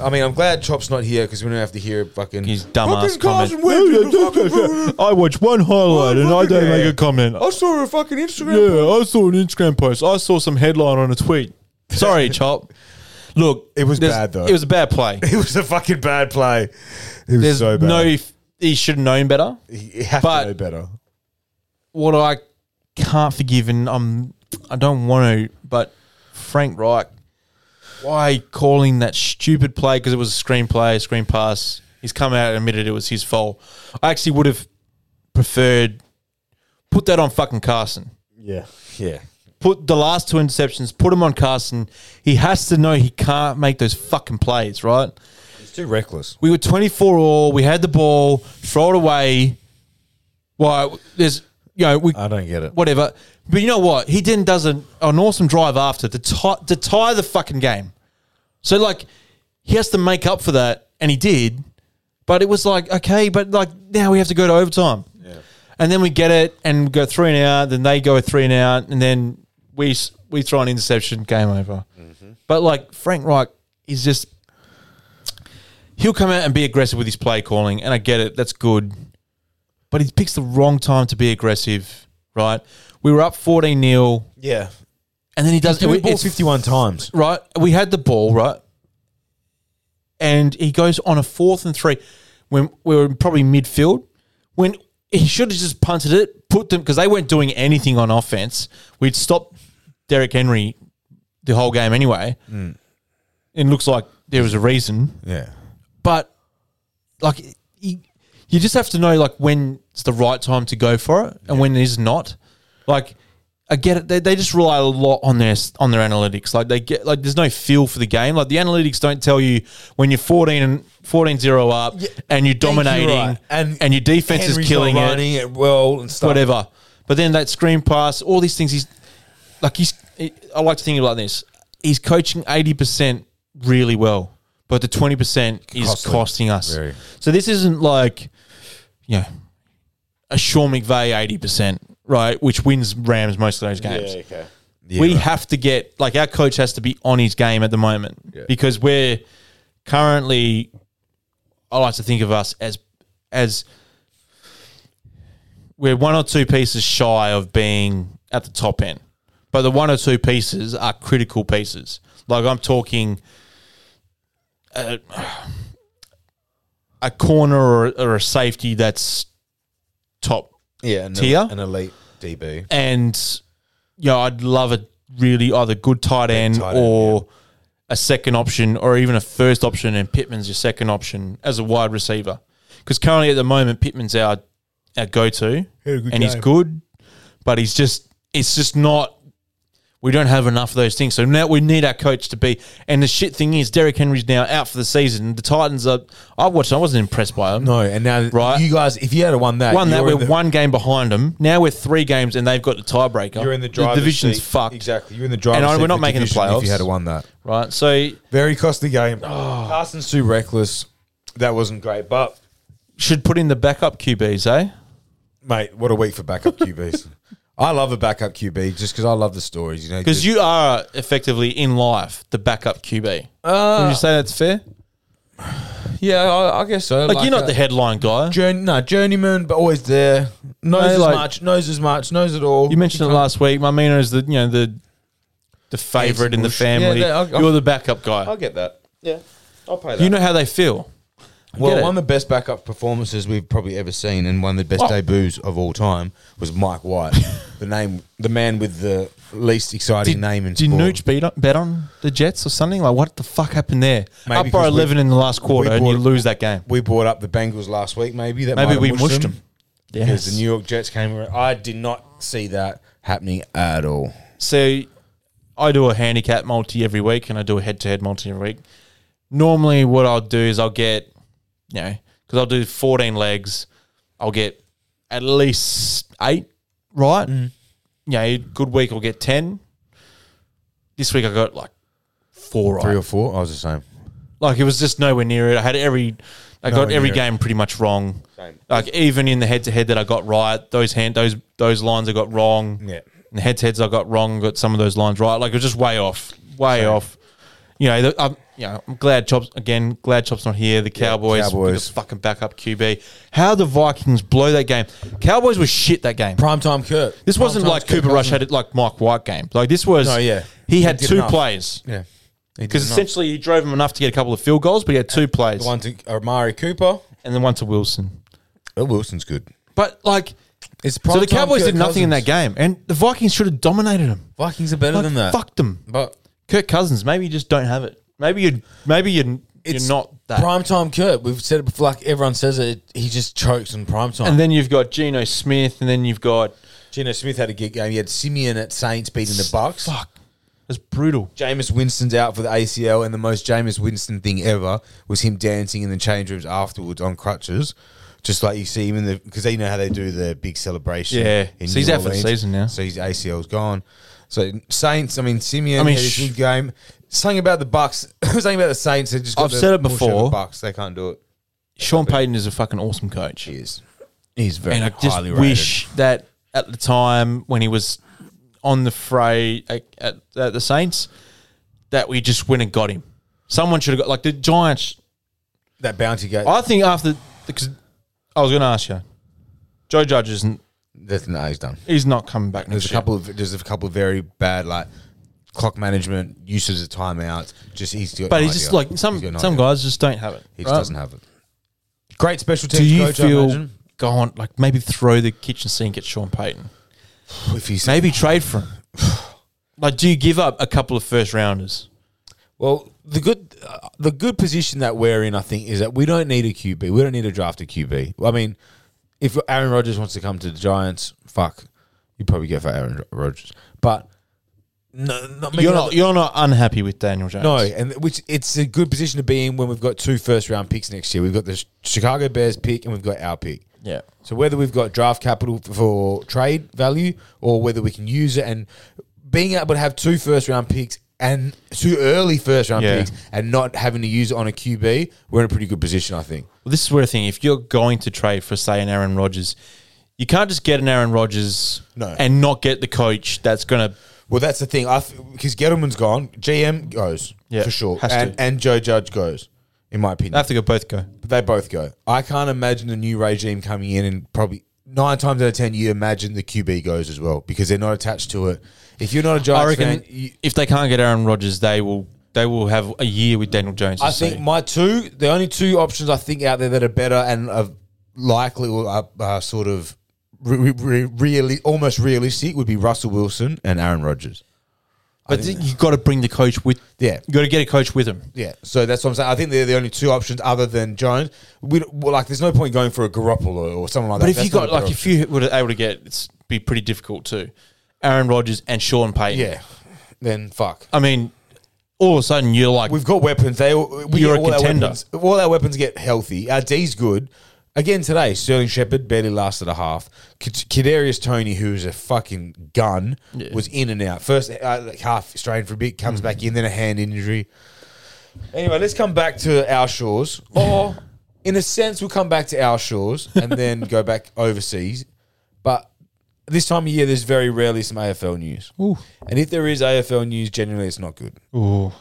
Speaker 3: I mean, I'm glad Chop's not here because we don't have to hear fucking
Speaker 2: his dumbass
Speaker 3: fucking Carson
Speaker 2: comment.
Speaker 3: Wentz was fucking-
Speaker 2: I watch one highlight and I don't make a comment.
Speaker 3: I saw a fucking Instagram.
Speaker 2: Yeah, I saw an Instagram post. I saw some headline on a tweet. Sorry, Chop. Look,
Speaker 3: It was
Speaker 2: there's-
Speaker 3: bad, though.
Speaker 2: It was a bad play.
Speaker 3: It was a fucking bad play. It was
Speaker 2: There's
Speaker 3: so bad.
Speaker 2: no. He should have known better.
Speaker 3: you have
Speaker 2: but-
Speaker 3: to know better.
Speaker 2: what I can't forgive, and I'm I don't want to, but Frank Reich, why calling that stupid play because it was a screen play, a screen pass? He's come out and admitted it was his fault. I actually would have preferred put that on fucking Carson.
Speaker 3: Yeah, yeah.
Speaker 2: Put the last two interceptions, put him on Carson. He has to know he can't make those fucking plays, right?
Speaker 3: It's too reckless.
Speaker 2: We were 24 all. We had the ball, throw it away. Well, there's, you know, we
Speaker 3: I don't get it.
Speaker 2: whatever. But you know what? He then does an, an awesome drive after to tie, to tie the fucking game. So like, he has to make up for that, and he did. But it was like okay, but like now we have to go to overtime. Yeah. And then we get it, and we go three and out. Then they go three and out, and then we s- we throw an interception. Game over. But like Frank Reich is just. He'll come out and be aggressive with his play calling, and I get it. That's good but he picks the wrong time to be aggressive, right? We were up 14 0,
Speaker 3: Yeah,
Speaker 2: and then he does
Speaker 3: we ball
Speaker 2: it's-
Speaker 3: 51 times.
Speaker 2: Right? We had the ball, right? And he goes on a fourth and three when we were probably midfield. When he should have just punted it, put them because they weren't doing anything on offense. We'd stopped Derrick Henry the whole game anyway. And looks like there was a reason
Speaker 3: Yeah,
Speaker 2: but like you, you just have to know like when it's the right time to go for it and when it is not like i get it they, they just rely a lot on their on their analytics like they get like there's no feel for the game like the analytics don't tell you when you're 14 and 14 0 up and you're
Speaker 3: think you're
Speaker 2: dominating
Speaker 3: right.
Speaker 2: and, and your defense
Speaker 3: Henry's
Speaker 2: is
Speaker 3: not
Speaker 2: killing it
Speaker 3: running it well and stuff.
Speaker 2: whatever. But then that screen pass, all these things. He's like he's. I like to think about this. He's coaching eighty percent really well, but the twenty percent is
Speaker 3: Costly.
Speaker 2: costing us.
Speaker 3: Very.
Speaker 2: So this isn't like, you know, a Sean McVay eighty percent, right? Which wins Rams most of those games.
Speaker 4: okay.
Speaker 3: Yeah,
Speaker 2: we
Speaker 3: right.
Speaker 2: have to get like our coach has to be on his game at the moment
Speaker 3: Yeah.
Speaker 2: because we're currently. I like to think of us as as we're one or two pieces shy of being at the top end, but the one or two pieces are critical pieces. Like I'm talking. A, a corner or, or a safety that's top
Speaker 3: yeah, an,
Speaker 2: tier.
Speaker 3: an elite DB.
Speaker 2: and you know, I'd love a really either good tight end
Speaker 3: tight end,
Speaker 2: or a second option or even a first option, and Pittman's your second option as a wide receiver. Because currently at the moment, Pittman's our our go to, and he's good, but he's just it's just not. We don't have enough of those things, so now we need our coach to be. And the shit thing is, Derrick Henry's now out for the season. The Titans are. I watched. I wasn't impressed by them.
Speaker 3: No, and now
Speaker 2: Right.
Speaker 3: you guys, if you had won that,
Speaker 2: One that
Speaker 3: you're in
Speaker 2: we're
Speaker 3: the-
Speaker 2: one game behind them. Now we're three games, and they've got the tiebreaker.
Speaker 3: You're in the
Speaker 2: the
Speaker 3: driver's
Speaker 2: division's
Speaker 3: seat.
Speaker 2: fucked,
Speaker 3: Exactly. You're in the driver's
Speaker 2: And I-
Speaker 3: seat
Speaker 2: we're
Speaker 3: for
Speaker 2: not making the
Speaker 3: division If you
Speaker 2: playoffs. Oh.
Speaker 3: had won that,
Speaker 2: right? So
Speaker 3: very costly game. Carson's too reckless. That wasn't great, but
Speaker 2: should put in the backup QBs, eh?
Speaker 3: mate, what a week for backup QBs. I love a backup QB just because I love the stories. You know,
Speaker 2: Because you are effectively in life the backup QB. Would you say that's fair?
Speaker 3: Uh, yeah, I, I guess so. uh,
Speaker 2: Like, you're not the headline guy.
Speaker 3: Journey, no, journeyman, but always there. Knows
Speaker 2: No,
Speaker 3: as
Speaker 2: like-
Speaker 3: much, knows as much, knows it all.
Speaker 2: You mentioned it last week. Mamino is the you know the the favorite in the
Speaker 3: Bush. Yeah,
Speaker 2: family.
Speaker 3: that- I- I-
Speaker 2: You're the backup guy.
Speaker 3: I get that.
Speaker 4: Yeah. I'll play that.
Speaker 2: You know how they feel.
Speaker 3: Well,
Speaker 2: Get it.
Speaker 3: one of the best backup performances we've probably ever seen, and one of the best
Speaker 2: Oh.
Speaker 3: debuts of all time was Mike White, the name, the man with the least exciting
Speaker 2: Did,
Speaker 3: name in
Speaker 2: did
Speaker 3: sport.
Speaker 2: Nooch beat on, bet on the Jets or something? Like, what the fuck happened there?
Speaker 3: Maybe
Speaker 2: Up by
Speaker 3: because we-
Speaker 2: 11 in the last quarter, and you
Speaker 3: bought-
Speaker 2: lose that game.
Speaker 3: we brought up the Bengals last week. Maybe that might
Speaker 2: Maybe
Speaker 3: have
Speaker 2: we mushed them.
Speaker 3: because the New York Jets came. around. I did not see that happening at all.
Speaker 2: So I do a handicap multi every week and I do a head to head multi every week. Normally, what I'll do is I'll get, you know, because I'll do 14 legs, I'll get at least eight, right?
Speaker 3: Mm.
Speaker 2: Yeah, good week I'll get 10. This week I got like four right.
Speaker 3: Three or four, I was the same.
Speaker 2: Like it was just nowhere near it. I had every, I
Speaker 3: Nowhere
Speaker 2: got every
Speaker 3: near it.
Speaker 2: game pretty much wrong.
Speaker 4: Same.
Speaker 2: Like even in the head to head that I got right, those hand those those lines I got wrong.
Speaker 3: Yeah.
Speaker 2: And the head to heads I got wrong, got some of those lines right. Like it was just way off, way off. You know, the, I'm, you know, I'm glad Chops again. Glad Chops not here. The Cowboys,
Speaker 3: Cowboys.
Speaker 2: with the fucking backup QB. How the Vikings blow that game. Cowboys were shit that game.
Speaker 3: Primetime Kurt.
Speaker 2: This wasn't
Speaker 3: Primetime's
Speaker 2: like
Speaker 3: Kirk
Speaker 2: Cooper Rush
Speaker 3: Cousins.
Speaker 2: had it like Mike White game. Like this was.
Speaker 3: No, yeah.
Speaker 2: He had
Speaker 3: did
Speaker 2: two
Speaker 3: enough.
Speaker 2: plays
Speaker 3: Yeah,
Speaker 2: because essentially he drove him enough to get a couple of field goals, but he had two plays
Speaker 3: one to Amari Cooper.
Speaker 2: and then one to Wilson.
Speaker 3: Oh, Wilson's good.
Speaker 2: But like,
Speaker 3: It's
Speaker 2: so the
Speaker 3: primetime
Speaker 2: Cowboys
Speaker 3: Kirk
Speaker 2: did nothing in
Speaker 3: Cousins.
Speaker 2: that game, and the Vikings should have dominated them.
Speaker 3: Vikings are better
Speaker 2: Like,
Speaker 3: than that.
Speaker 2: Fuck them.
Speaker 3: But
Speaker 2: Kirk Cousins, maybe you just don't have it. Maybe you, maybe you, you're
Speaker 3: It's
Speaker 2: not that.
Speaker 3: primetime Kurt. We've said it before. Like everyone says it. He just chokes in primetime.
Speaker 2: and then you've got Geno Smith, and then you've got
Speaker 3: Geno Smith had a good game. He had Simeon at Saints beating the Bucks.
Speaker 2: fuck. That's brutal.
Speaker 3: Jameis Winston's out for the ACL, and the most Jameis Winston thing ever was him dancing in the change rooms afterwards on crutches, just like you see him in the because they know how they do the big celebration.
Speaker 2: Yeah.
Speaker 3: in
Speaker 2: So he's
Speaker 3: New
Speaker 2: out for the season now.
Speaker 3: So his ACL's gone. So Saints, I mean Simeon
Speaker 2: I mean,
Speaker 3: had a
Speaker 2: sh-
Speaker 3: good game. Something about the Bucks. something about the Saints. They just got
Speaker 2: I've
Speaker 3: the
Speaker 2: said it
Speaker 3: push over
Speaker 2: before.
Speaker 3: The Bucks, they can't do it.
Speaker 2: Sean Payton is a fucking awesome coach.
Speaker 3: He is. He's very
Speaker 2: and I just
Speaker 3: highly
Speaker 2: wish that at the time when he was on the fray at, at, at the Saints, that we just went and got him. Someone should have got like the Giants.
Speaker 3: rated. that bounty gate.
Speaker 2: I think after because I was going to ask you, Joe Judge isn't.
Speaker 3: That's no, he's done.
Speaker 2: He's not coming back
Speaker 3: There's
Speaker 2: next
Speaker 3: a
Speaker 2: year.
Speaker 3: couple of there's a couple of very bad like clock management uses of timeouts. Just he's got
Speaker 2: But
Speaker 3: no
Speaker 2: he's just
Speaker 3: idea.
Speaker 2: like some
Speaker 3: He's got no
Speaker 2: some
Speaker 3: idea.
Speaker 2: guys just don't have it.
Speaker 3: He just doesn't have it. Great special teams
Speaker 2: Do you
Speaker 3: coach, I
Speaker 2: feel
Speaker 3: imagine.
Speaker 2: go on like maybe throw the kitchen sink at Sean Payton?
Speaker 3: If he's
Speaker 2: Maybe trade for him. Like, do you give up a couple of first rounders?
Speaker 3: well, the good uh, the good position that we're in, I think, is that we don't need a QB. We don't need to draft a QB. I mean, if Aaron Rodgers wants to come to the Giants, fuck, you probably go for Aaron Rodgers. But no, not, maybe
Speaker 2: You're not you're not unhappy with Daniel Jones.
Speaker 3: No, and which it's a good position to be in when we've got two first round picks next year. We've got the Sh- Chicago Bears pick and we've got our pick.
Speaker 2: Yeah.
Speaker 3: So whether we've got draft capital f- for trade value or whether we can use it and being able to have two first round picks and two early first round
Speaker 2: Yeah.
Speaker 3: picks and not having to use it on a QB, we're in a pretty good position, I think.
Speaker 2: Well, this is where I think if you're going to trade for, say, an Aaron Rodgers, you can't just get an Aaron Rodgers
Speaker 3: No.
Speaker 2: and not get the coach that's going to.
Speaker 3: Well, that's the thing. I because Gettleman's gone, GM goes
Speaker 2: Yeah,
Speaker 3: for sure,
Speaker 2: has to.
Speaker 3: and and Joe Judge goes. In my opinion,
Speaker 2: I have to go both go.
Speaker 3: they both go. I can't imagine the new regime coming in and probably nine times out of ten you imagine the QB goes as well because they're not attached to it. If you're not a
Speaker 2: I
Speaker 3: Giants
Speaker 2: reckon
Speaker 3: fan, you,
Speaker 2: if they can't get Aaron Rodgers, they will they will have a year with Daniel Jones.
Speaker 3: I
Speaker 2: this
Speaker 3: think
Speaker 2: season.
Speaker 3: my two, the only two options I think out there that are better and are likely or are, are sort of re- re- really almost realistic would be Russell Wilson and Aaron Rodgers.
Speaker 2: but you got to bring the coach with.
Speaker 3: Yeah.
Speaker 2: you got to get a coach with him.
Speaker 3: Yeah, so that's what I'm saying. I think they're the only two options other than Jones. We don't- well, like, there's no point going for a Garoppolo or someone like
Speaker 2: But
Speaker 3: that.
Speaker 2: if you
Speaker 3: That's
Speaker 2: got
Speaker 3: not a
Speaker 2: like
Speaker 3: better
Speaker 2: if you were able to get, it's be pretty difficult too. Aaron Rodgers and Sean Payton.
Speaker 3: option. yeah, then fuck.
Speaker 2: I mean, all of a sudden you're like,
Speaker 3: We've got weapons. They all- we
Speaker 2: You're
Speaker 3: get
Speaker 2: a
Speaker 3: all our
Speaker 2: contender.
Speaker 3: weapons- all our weapons get healthy. Our D's good. Again today, Sterling Shepard barely lasted a half. K- Kadarius Tony, who's a fucking gun, was in and out. First uh, like half strained for a bit,
Speaker 2: Mm-hmm.
Speaker 3: comes back in, then a hand injury. Anyway, let's come back to our shores, or in a sense, we'll come back to our shores and then go back overseas. But this time of year, there's very rarely some AFL news, and if there is AFL news, generally it's not good.
Speaker 2: Ooh.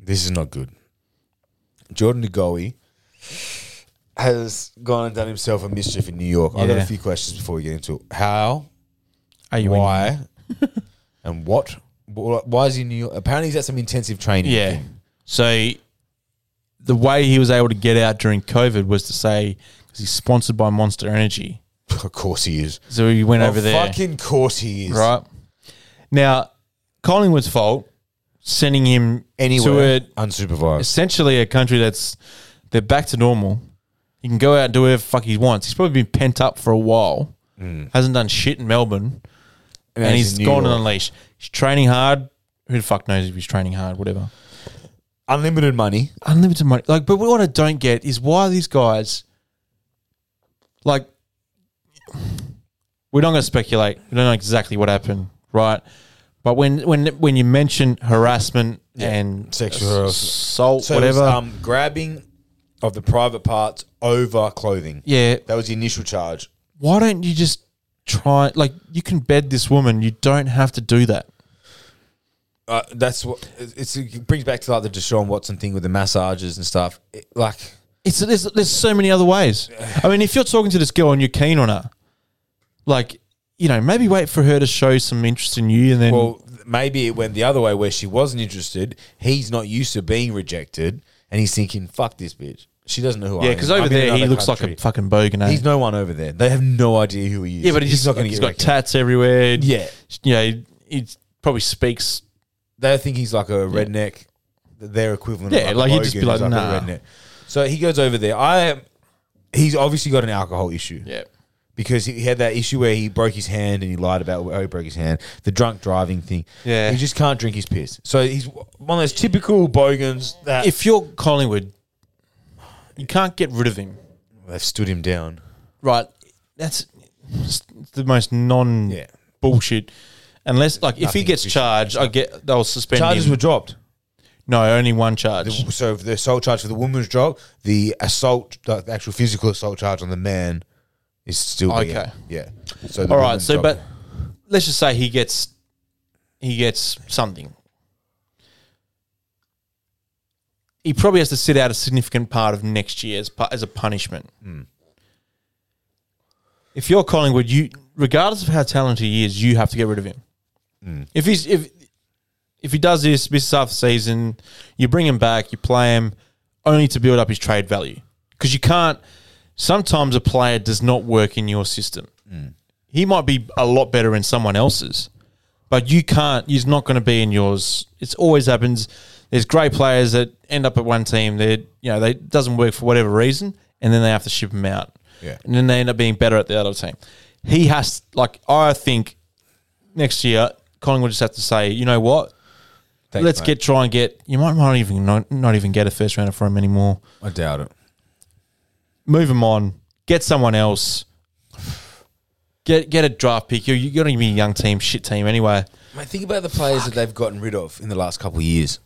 Speaker 3: This is not good. Jordan Ngowi has gone and done himself a mischief in New York. I've got
Speaker 2: Yeah.
Speaker 3: a few questions before we get into it. How,
Speaker 2: are you in-
Speaker 3: why, and what? Wh- Why is he in New York? Apparently, he's at some intensive training.
Speaker 2: Yeah. So the way he was able to get out during COVID was to say because he's sponsored by Monster Energy.
Speaker 3: Of course he is.
Speaker 2: So he went over
Speaker 3: of
Speaker 2: there,
Speaker 3: fucking course he is.
Speaker 2: right? Now, Collingwood's fault sending him
Speaker 3: Anywhere.
Speaker 2: to a,
Speaker 3: unsupervised.
Speaker 2: essentially a country that's they're back to normal. He can go out and do whatever the fuck he wants. He's probably been pent up for a while, hasn't done shit in Melbourne, and
Speaker 3: he's in Mm.
Speaker 2: he's
Speaker 3: New
Speaker 2: gone and
Speaker 3: York.
Speaker 2: unleashed. He's training hard. Who the fuck knows if he's training hard? Whatever.
Speaker 3: Unlimited money.
Speaker 2: unlimited money. Like, but what I don't get is why these guys, like, we're not going to speculate. We don't know exactly what happened, right? But when when when you mention harassment and
Speaker 3: Sexual
Speaker 2: ass-
Speaker 3: harassment.
Speaker 2: assault,
Speaker 3: So it was,
Speaker 2: whatever,
Speaker 3: um, grabbing of the private parts over clothing.
Speaker 2: yeah,
Speaker 3: That was the initial charge.
Speaker 2: why don't you just try? Like, you can bed this woman. You don't have to do that.
Speaker 3: uh, that's what it's, it brings back to like the Deshaun Watson thing with the massages and stuff. It- like,
Speaker 2: It's there's there's so many other ways. I mean, if you're talking to this girl and you're keen on her, like. You know, maybe wait for her to show some interest in you, and then
Speaker 3: well, maybe it went the other way where she wasn't interested. He's not used to being rejected, and he's thinking, "Fuck this bitch. She doesn't know who I am."
Speaker 2: Yeah, because over
Speaker 3: I'm in
Speaker 2: there he
Speaker 3: another
Speaker 2: looks
Speaker 3: country."
Speaker 2: like a fucking bogan. eh?
Speaker 3: He's no one over there. They have no idea who he is.
Speaker 2: yeah, but he's, just not
Speaker 3: gonna
Speaker 2: going He's got
Speaker 3: rejected.
Speaker 2: tats everywhere.
Speaker 3: Yeah.
Speaker 2: you know, he, he probably speaks.
Speaker 3: they think he's like a redneck, their equivalent.
Speaker 2: Yeah,
Speaker 3: of
Speaker 2: like,
Speaker 3: a
Speaker 2: he'd just
Speaker 3: Logan
Speaker 2: be
Speaker 3: is
Speaker 2: like,
Speaker 3: a
Speaker 2: "Nah."
Speaker 3: redneck. So he goes over there. I am. He's obviously got an alcohol issue.
Speaker 2: Yeah,
Speaker 3: because he had that issue where he broke his hand and he lied about how he broke his hand, the drunk driving thing.
Speaker 2: Yeah.
Speaker 3: he just can't drink his piss. So he's one of those typical bogans that
Speaker 2: if you're Collingwood, you can't get rid of him,
Speaker 3: they've stood him down.
Speaker 2: right? That's the most non
Speaker 3: Yeah.
Speaker 2: bullshit. Unless, like, if he
Speaker 3: Nothing
Speaker 2: gets
Speaker 3: official.
Speaker 2: charged, I get they'll suspend
Speaker 3: Charges
Speaker 2: him.
Speaker 3: were dropped.
Speaker 2: no, only one charge.
Speaker 3: So the assault charge for the woman was dropped. The assault, the actual physical assault charge on the man, is still there.
Speaker 2: Okay.
Speaker 3: Yeah. So the
Speaker 2: All
Speaker 3: woman
Speaker 2: right, so
Speaker 3: dropped.
Speaker 2: but let's just say he gets he gets something. He probably has to sit out a significant part of next year as, pu- as a punishment. If you're Collingwood, you regardless of how talented he is, you have to get rid of him. If he's if if he does this, misses half the season, you bring him back, you play him, only to build up his trade value because you can't. Sometimes a player does not work in your system he might be a lot better in someone else's, but you can't. He's not going to be in yours. It's always happens. There's great players that end up at one team. That you know they it doesn't work for whatever reason, and then they have to ship them out.
Speaker 3: Yeah.
Speaker 2: and then they end up being better at the other team. He has like I think next year Collingwood just have to say, you know what?
Speaker 3: Thanks,
Speaker 2: Let's
Speaker 3: mate.
Speaker 2: get try and get. You might not even not, not even get a first rounder for him anymore.
Speaker 3: I doubt it.
Speaker 2: Move him on. Get someone else. Get get a draft pick. You're, you're going to be a young team, shit team anyway.
Speaker 3: Mate, think about the players that they've gotten rid of in the last couple of years.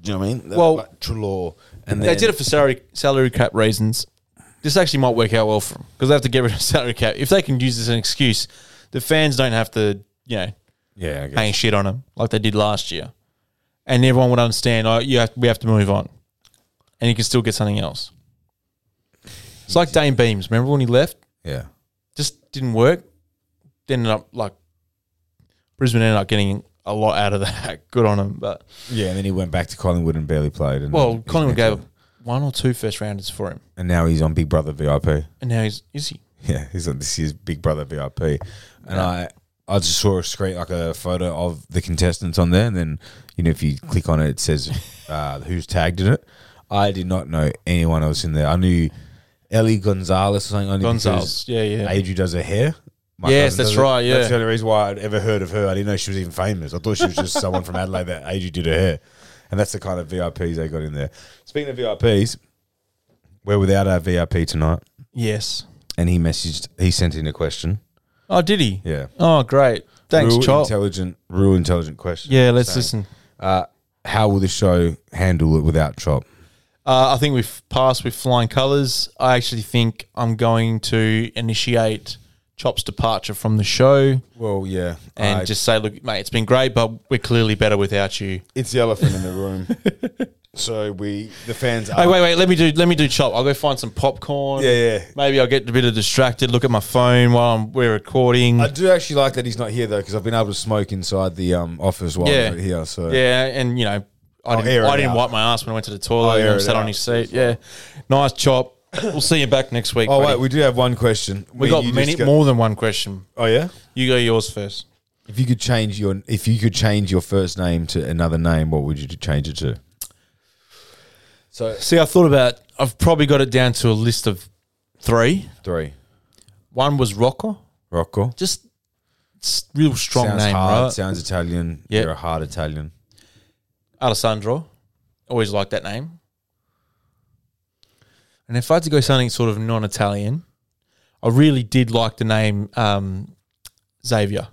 Speaker 3: Do you know what I mean? The-
Speaker 2: Well-
Speaker 3: like Trelaw, and
Speaker 2: They did it for salary salary cap reasons. This actually might work out well for them because they have to get rid of salary cap. If they can use this as an excuse, the fans don't have to, you know,
Speaker 3: yeah, I guess.
Speaker 2: hang shit on them like they did last year, and everyone would understand. Oh, you have, we have to move on, and you can still get something else. It's like Dane Beams. Remember when he left?
Speaker 3: yeah.
Speaker 2: Just didn't work. Ended up like Brisbane ended up getting a lot out of that. Good on him, but
Speaker 3: Yeah, and then he went back to Collingwood and barely played. And
Speaker 2: well,
Speaker 3: he's
Speaker 2: Collingwood
Speaker 3: next
Speaker 2: gave
Speaker 3: up.
Speaker 2: one or two first rounders for him,
Speaker 3: and now he's on Big Brother VIP.
Speaker 2: and now he's is he?
Speaker 3: Yeah, he's on this year's Big Brother VIP, and I I just saw a screen like a photo of the contestants on there, and then you know if you click on it, it says uh, who's tagged in it. I did not know anyone else in there. I knew Ellie Gonzalez or something. I knew
Speaker 2: Gonzalez. Yeah,
Speaker 3: because Adri
Speaker 2: yeah.
Speaker 3: does her hair. My
Speaker 2: Yes,
Speaker 3: cousin
Speaker 2: that's
Speaker 3: does it.
Speaker 2: right, yeah.
Speaker 3: that's the only reason why I'd ever heard of her. I didn't know she was even famous. I thought she was just someone from Adelaide that Adri did her hair, and that's the kind of VIPs they got in there. Speaking of VIPs, we're without our VIP tonight
Speaker 2: Yes.
Speaker 3: and he messaged he sent in a question.
Speaker 2: Oh, did he?
Speaker 3: Yeah.
Speaker 2: Oh, great. Thanks,
Speaker 3: real
Speaker 2: Chop.
Speaker 3: intelligent, real intelligent question.
Speaker 2: yeah, let's listen.
Speaker 3: Uh, how will the show handle it without Chop?
Speaker 2: Uh, I think we've passed with flying colours. I actually think I'm going to initiate Chop's departure from the show
Speaker 3: Well, yeah,
Speaker 2: and just say, look, mate, it's been great, but we're clearly better without you.
Speaker 3: it's the elephant in the room. so we the fans
Speaker 2: Hey,
Speaker 3: are
Speaker 2: wait, wait. Let me do. Let me do chop. I'll go find some popcorn.
Speaker 3: Yeah, yeah.
Speaker 2: Maybe I'll get a bit of distracted. Look at my phone while I'm, we're recording.
Speaker 3: I do actually like that he's not here though, because I've been able to smoke inside the um, office while
Speaker 2: yeah,
Speaker 3: I'm here. So
Speaker 2: yeah, and you know, I
Speaker 3: I'll air
Speaker 2: didn't,
Speaker 3: it
Speaker 2: I didn't
Speaker 3: out.
Speaker 2: wipe my ass when I went to the toilet.
Speaker 3: I'll
Speaker 2: and
Speaker 3: air
Speaker 2: I
Speaker 3: it
Speaker 2: sat on
Speaker 3: out.
Speaker 2: his seat. Yeah, nice chop. we'll see you back next week.
Speaker 3: Oh wait,
Speaker 2: buddy.
Speaker 3: we do have one question.
Speaker 2: we, got many more than one question.
Speaker 3: Oh yeah.
Speaker 2: You go yours first.
Speaker 3: If you could change your if you could change your first name to another name, what would you change it to? So
Speaker 2: See, I thought about. I've probably got it down to a list of three.
Speaker 3: three.
Speaker 2: One was Rocco,
Speaker 3: Rocco.
Speaker 2: just s- real strong
Speaker 3: sounds
Speaker 2: name,
Speaker 3: hard,
Speaker 2: right?
Speaker 3: Sounds Italian.
Speaker 2: Yeah.
Speaker 3: You're a hard Italian.
Speaker 2: Alessandro. Always liked that name. And if I had to go something sort of non-Italian, I really did like the name um, Xavier.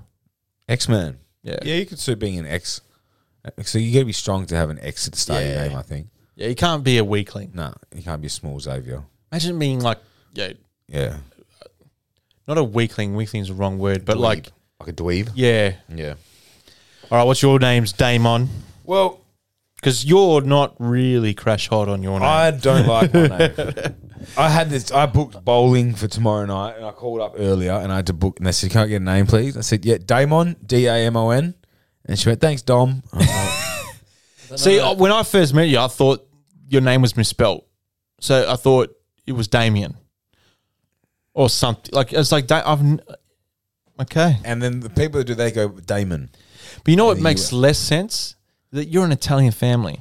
Speaker 3: X Man.
Speaker 2: Yeah.
Speaker 3: Yeah, you could see being an X. So you got to be strong to have an X at the start of your
Speaker 2: Yeah.
Speaker 3: name. I think.
Speaker 2: Yeah, you can't be a weakling.
Speaker 3: No, you can't be a small Xavier.
Speaker 2: Imagine being like, yeah,
Speaker 3: Yeah,
Speaker 2: not a weakling. Weakling's the wrong word, but like,
Speaker 3: Dweeb. like a dweeb.
Speaker 2: yeah.
Speaker 3: Yeah.
Speaker 2: All right, what's your name's Damon?
Speaker 3: Well,
Speaker 2: Because you're not really crash hot on your name.
Speaker 3: I don't like my name. I had this. I booked bowling for tomorrow night, and I called up earlier, and I had to book. And they said, "Can I get a name, please?" I said, "Yeah, Damon, D A M O N." And she went, "Thanks, Dom." I'm like,
Speaker 2: See, uh, when I first met you, I thought your name was misspelt. So I thought it was Damien or something. Like, it's like, da- I've. n- Okay.
Speaker 3: and then the people that do, they go Damon.
Speaker 2: But you know what
Speaker 3: Yeah, you
Speaker 2: makes less sense? That you're an Italian family.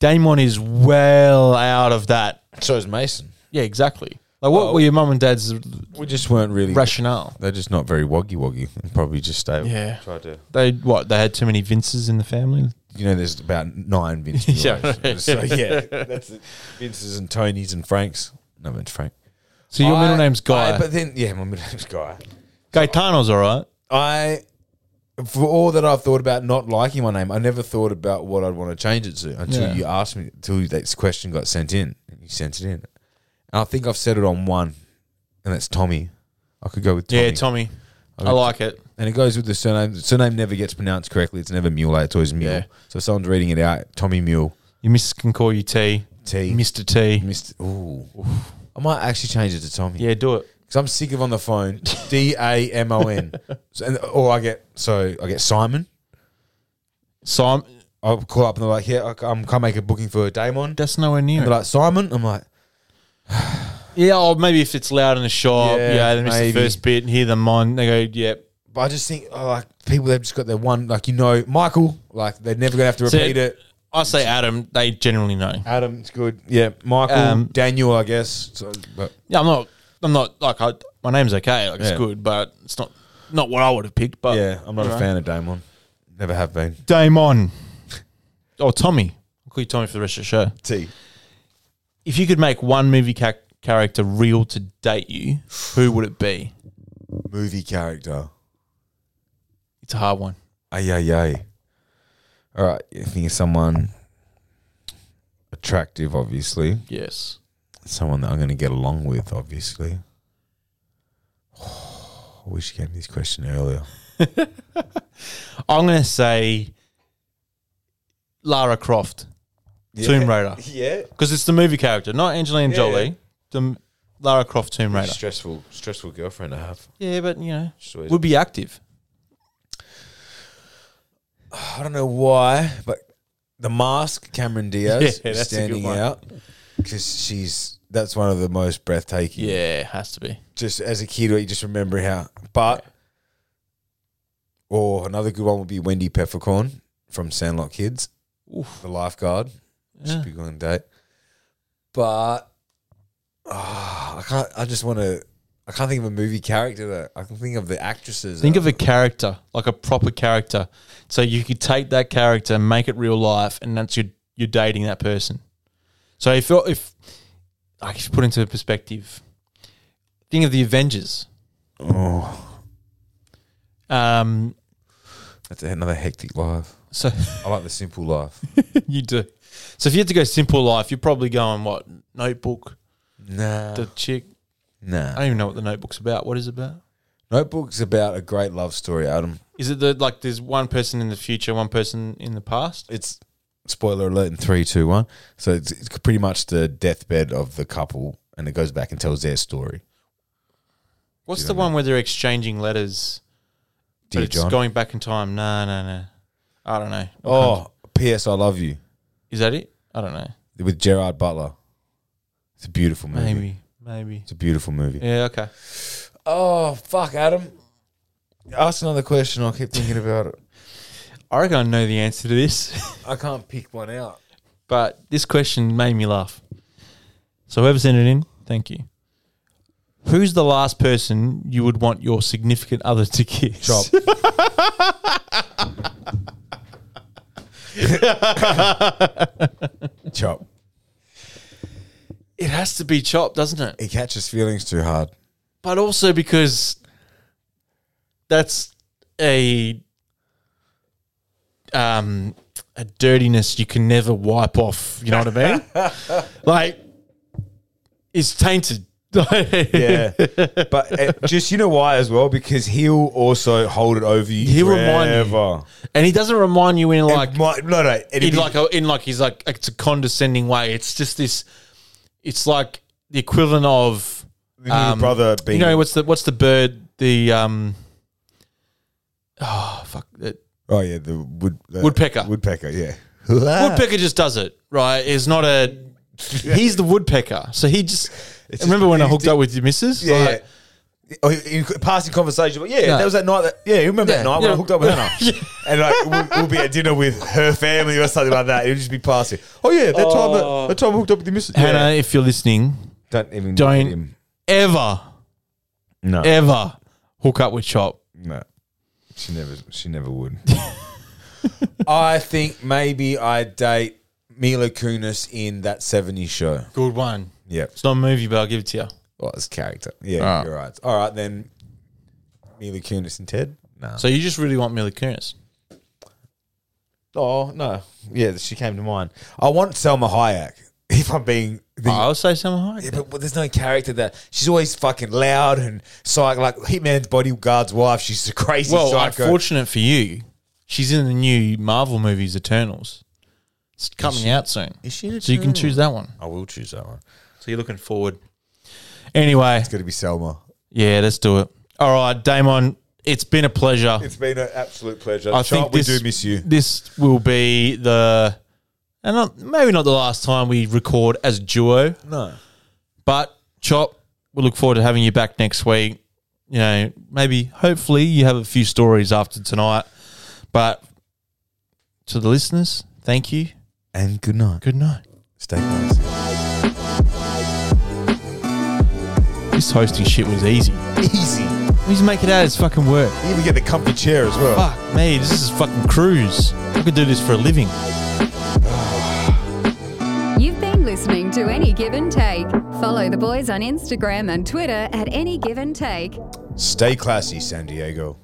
Speaker 2: Damon is well out of that.
Speaker 3: So is Mason.
Speaker 2: Yeah, exactly. Like, what were your mum and dad's
Speaker 3: We just weren't really
Speaker 2: rationale?
Speaker 3: They're just not very woggy woggy and probably just stay.
Speaker 2: Yeah.
Speaker 3: Try to.
Speaker 2: They, what, they had too many Vinces in the family?
Speaker 3: You know, there's about nine Vinces.
Speaker 2: Yeah.
Speaker 3: yeah. So, yeah. That's the Vinces and Tonys and Franks. No, it's Frank.
Speaker 2: So your middle
Speaker 3: I-
Speaker 2: name's Guy.
Speaker 3: I- but then, yeah, my middle name's Guy.
Speaker 2: Gaetano's all right.
Speaker 3: I, for all that I've thought about not liking my name, I never thought about what I'd want to change it to until
Speaker 2: Yeah.
Speaker 3: you asked me, until this question got sent in. And you sent it in. And I think I've settled on one, and that's Tommy. I could go with Tommy.
Speaker 2: Yeah, Tommy. I like it.
Speaker 3: And it goes with the surname. The surname never gets pronounced correctly. It's never Mule. It's always Mule.
Speaker 2: Yeah.
Speaker 3: So if someone's reading it out, Tommy Mule.
Speaker 2: Your missus can call you T.
Speaker 3: T.
Speaker 2: Mr. T.
Speaker 3: Mr. Ooh. I might actually change it to Tommy.
Speaker 2: Yeah, do it.
Speaker 3: Because I'm sick of on the phone. D A M O N. So- and- Or I get, so I get Simon.
Speaker 2: Simon,
Speaker 3: I'll call up and they're like, yeah, I um, can't make a booking for Damon.
Speaker 2: that's nowhere near.
Speaker 3: And
Speaker 2: it.
Speaker 3: they're like, Simon? I'm like,
Speaker 2: yeah, or maybe if it's loud in the shop,
Speaker 3: Yeah,
Speaker 2: yeah, they miss
Speaker 3: maybe.
Speaker 2: the first bit and hear them on. They go, yep.
Speaker 3: but I just think, oh, like, people, they've just got their one, like, you know, Michael. Like, they're never going to have to
Speaker 2: So-
Speaker 3: repeat it.
Speaker 2: I say Adam, they generally know.
Speaker 3: Adam, it's good. Yeah. Michael,
Speaker 2: Um,
Speaker 3: Daniel, I guess. So, but
Speaker 2: Yeah, I'm not. I'm not like I, my name's okay. Like
Speaker 3: Yeah.
Speaker 2: it's good, but it's not not what I would have picked. But
Speaker 3: Yeah, I'm not a fan of Damon. Never have been.
Speaker 2: Damon or Tommy. I'll call you Tommy for the rest of the show.
Speaker 3: T.
Speaker 2: If you could make one movie ca- character real to date you, who would it be?
Speaker 3: movie character.
Speaker 2: It's a hard one.
Speaker 3: Ay, ay, ay. All right. You think of someone attractive, obviously.
Speaker 2: Yes.
Speaker 3: Someone that I'm going to get along with, obviously. I wish you gave me this question earlier.
Speaker 2: I'm gonna say Lara Croft, Tomb Raider,
Speaker 3: Yeah.
Speaker 2: because it's the movie character, not Angelina
Speaker 3: Yeah,
Speaker 2: Jolie.
Speaker 3: yeah.
Speaker 2: The m- Lara Croft Tomb Raider.
Speaker 3: Stressful, stressful girlfriend I have.
Speaker 2: Yeah, but you know,
Speaker 3: She's always-
Speaker 2: would be active.
Speaker 3: I don't know why, but the mask, Cameron Diaz,
Speaker 2: Yeah, that's a good
Speaker 3: standing
Speaker 2: one.
Speaker 3: out because she's that's one of the most breathtaking.
Speaker 2: Yeah, has to be.
Speaker 3: Just as a kid, you just remember how. But or another good one would be Wendy Peppercorn from Sandlot Kids, the lifeguard.
Speaker 2: Yeah.
Speaker 3: Should be going on a date. But ah, I can't. I just want to. I can't think of a movie character that I can think of the actresses.
Speaker 2: Think of a character, like a proper character. So you could take that character and make it real life, and that's your you're dating that person. So if you're, if I should put into perspective, think of the Avengers.
Speaker 3: oh,
Speaker 2: Um,
Speaker 3: that's another hectic life.
Speaker 2: so
Speaker 3: I like the simple life.
Speaker 2: you do. So if you had to go simple life, you're probably going what Notebook,
Speaker 3: Nah.
Speaker 2: the chick. I
Speaker 3: Nah.
Speaker 2: don't even know what the Notebook's about. What is it about?
Speaker 3: Notebook's about a great love story, Adam.
Speaker 2: Is it the like there's one person in the future, one person in the past?
Speaker 3: It's spoiler alert in three, two, one. So it's, it's pretty much the deathbed of the couple, and it goes back and tells their story.
Speaker 2: What's
Speaker 3: You
Speaker 2: the
Speaker 3: don't know.
Speaker 2: one where they're exchanging letters?
Speaker 3: Dear
Speaker 2: but it's
Speaker 3: John.
Speaker 2: going back in time. No, no, no. I don't know.
Speaker 3: oh, P.S. I love you
Speaker 2: Is that it? I don't know.
Speaker 3: with Gerard Butler. It's a beautiful movie.
Speaker 2: Maybe. Maybe.
Speaker 3: It's a beautiful movie.
Speaker 2: Yeah, okay.
Speaker 3: Oh fuck, Adam. Ask another question. I'll keep thinking about it.
Speaker 2: I reckon I know the answer to this,
Speaker 3: I can't pick one out.
Speaker 2: but this question made me laugh. So whoever sent it in, thank you. Who's the last person you would want your significant other to kiss?
Speaker 3: Chop. Chop.
Speaker 2: It has to be Chop, doesn't it?
Speaker 3: He catches feelings too hard.
Speaker 2: but also because that's a um a dirtiness you can never wipe off. You know what I mean? like it's tainted. yeah,
Speaker 3: Yeah, but uh, just you know why as well because he'll also hold it over you.
Speaker 2: He'll remind you.
Speaker 3: forever.
Speaker 2: and he doesn't remind you in like
Speaker 3: It might- no, no, it'd
Speaker 2: in
Speaker 3: be-
Speaker 2: like a, in like he's like it's a condescending way. It's just this. It's like the equivalent of
Speaker 3: the little
Speaker 2: um,
Speaker 3: brother being.
Speaker 2: you know what's the what's the bird the um oh fuck it,
Speaker 3: oh yeah, the wood the
Speaker 2: Woodpecker.
Speaker 3: Woodpecker, yeah. Ah.
Speaker 2: Woodpecker just does it, right? It's not a. He's the woodpecker, so he just.
Speaker 3: It's
Speaker 2: remember
Speaker 3: just-
Speaker 2: when I
Speaker 3: he
Speaker 2: hooked
Speaker 3: did-
Speaker 2: up with your missus?
Speaker 3: Yeah.
Speaker 2: Like,
Speaker 3: yeah. Oh, in passing conversation, but yeah,
Speaker 2: No.
Speaker 3: that was that night. That, yeah, you remember
Speaker 2: Yeah,
Speaker 3: that night when
Speaker 2: yeah.
Speaker 3: I hooked up with Hannah, and like we'll, we'll be at dinner with her family or something like that. It'll just be passing. Oh yeah, that time that, that time I hooked up with the missus.
Speaker 2: Hannah,
Speaker 3: yeah.
Speaker 2: if you're listening,
Speaker 3: don't even look at
Speaker 2: don't-
Speaker 3: him.
Speaker 2: ever,
Speaker 3: No,
Speaker 2: ever hook up with Chop.
Speaker 3: No, she never. She never would. I think maybe I date Mila Kunis in that '70s show.
Speaker 2: Good one.
Speaker 3: Yep.
Speaker 2: It's not a movie, but I'll give it to you.
Speaker 3: Well, it's character. Yeah,
Speaker 2: Ah.
Speaker 3: you're right. All right then, Mila Kunis and Ted. No.
Speaker 2: So you just really want Mila Kunis?
Speaker 3: oh no. Yeah, she came to mind. I want Selma Hayek. If I'm being the,
Speaker 2: I'll say Selma
Speaker 3: Yeah,
Speaker 2: Hayek.
Speaker 3: but, but there's no character that she's always fucking loud and psych like Hitman's bodyguard's wife. She's a crazy
Speaker 2: well,
Speaker 3: psycho.
Speaker 2: unfortunate for you, she's in the new Marvel movies, Eternals. It's coming out soon,
Speaker 3: Is she an
Speaker 2: so you can
Speaker 3: Eternal?
Speaker 2: choose that one.
Speaker 3: I will choose that one.
Speaker 2: So you're looking forward. Anyway,
Speaker 3: It's gonna be Selma.
Speaker 2: Yeah, let's do it. All right, Damon, it's been a pleasure.
Speaker 3: It's been an absolute pleasure.
Speaker 2: I
Speaker 3: Chart,
Speaker 2: think
Speaker 3: we
Speaker 2: this,
Speaker 3: do miss you.
Speaker 2: This will be the, and not, maybe not the last time we record as a duo,
Speaker 3: No.
Speaker 2: but Chop, we look forward to having you back next week. You know, maybe, hopefully, you have a few stories after tonight. But to the listeners, thank you.
Speaker 3: And good night.
Speaker 2: Good night.
Speaker 3: Stay nice.
Speaker 2: This hosting shit was easy.
Speaker 3: Easy.
Speaker 2: We just make it out as fucking work.
Speaker 3: You even get the comfy chair as well.
Speaker 2: Fuck me, this is fucking cruise. I could do this for a living.
Speaker 1: You've been listening to Any Give and Take. Follow the boys on Instagram and Twitter at Any Give and Take.
Speaker 3: Stay classy, San Diego.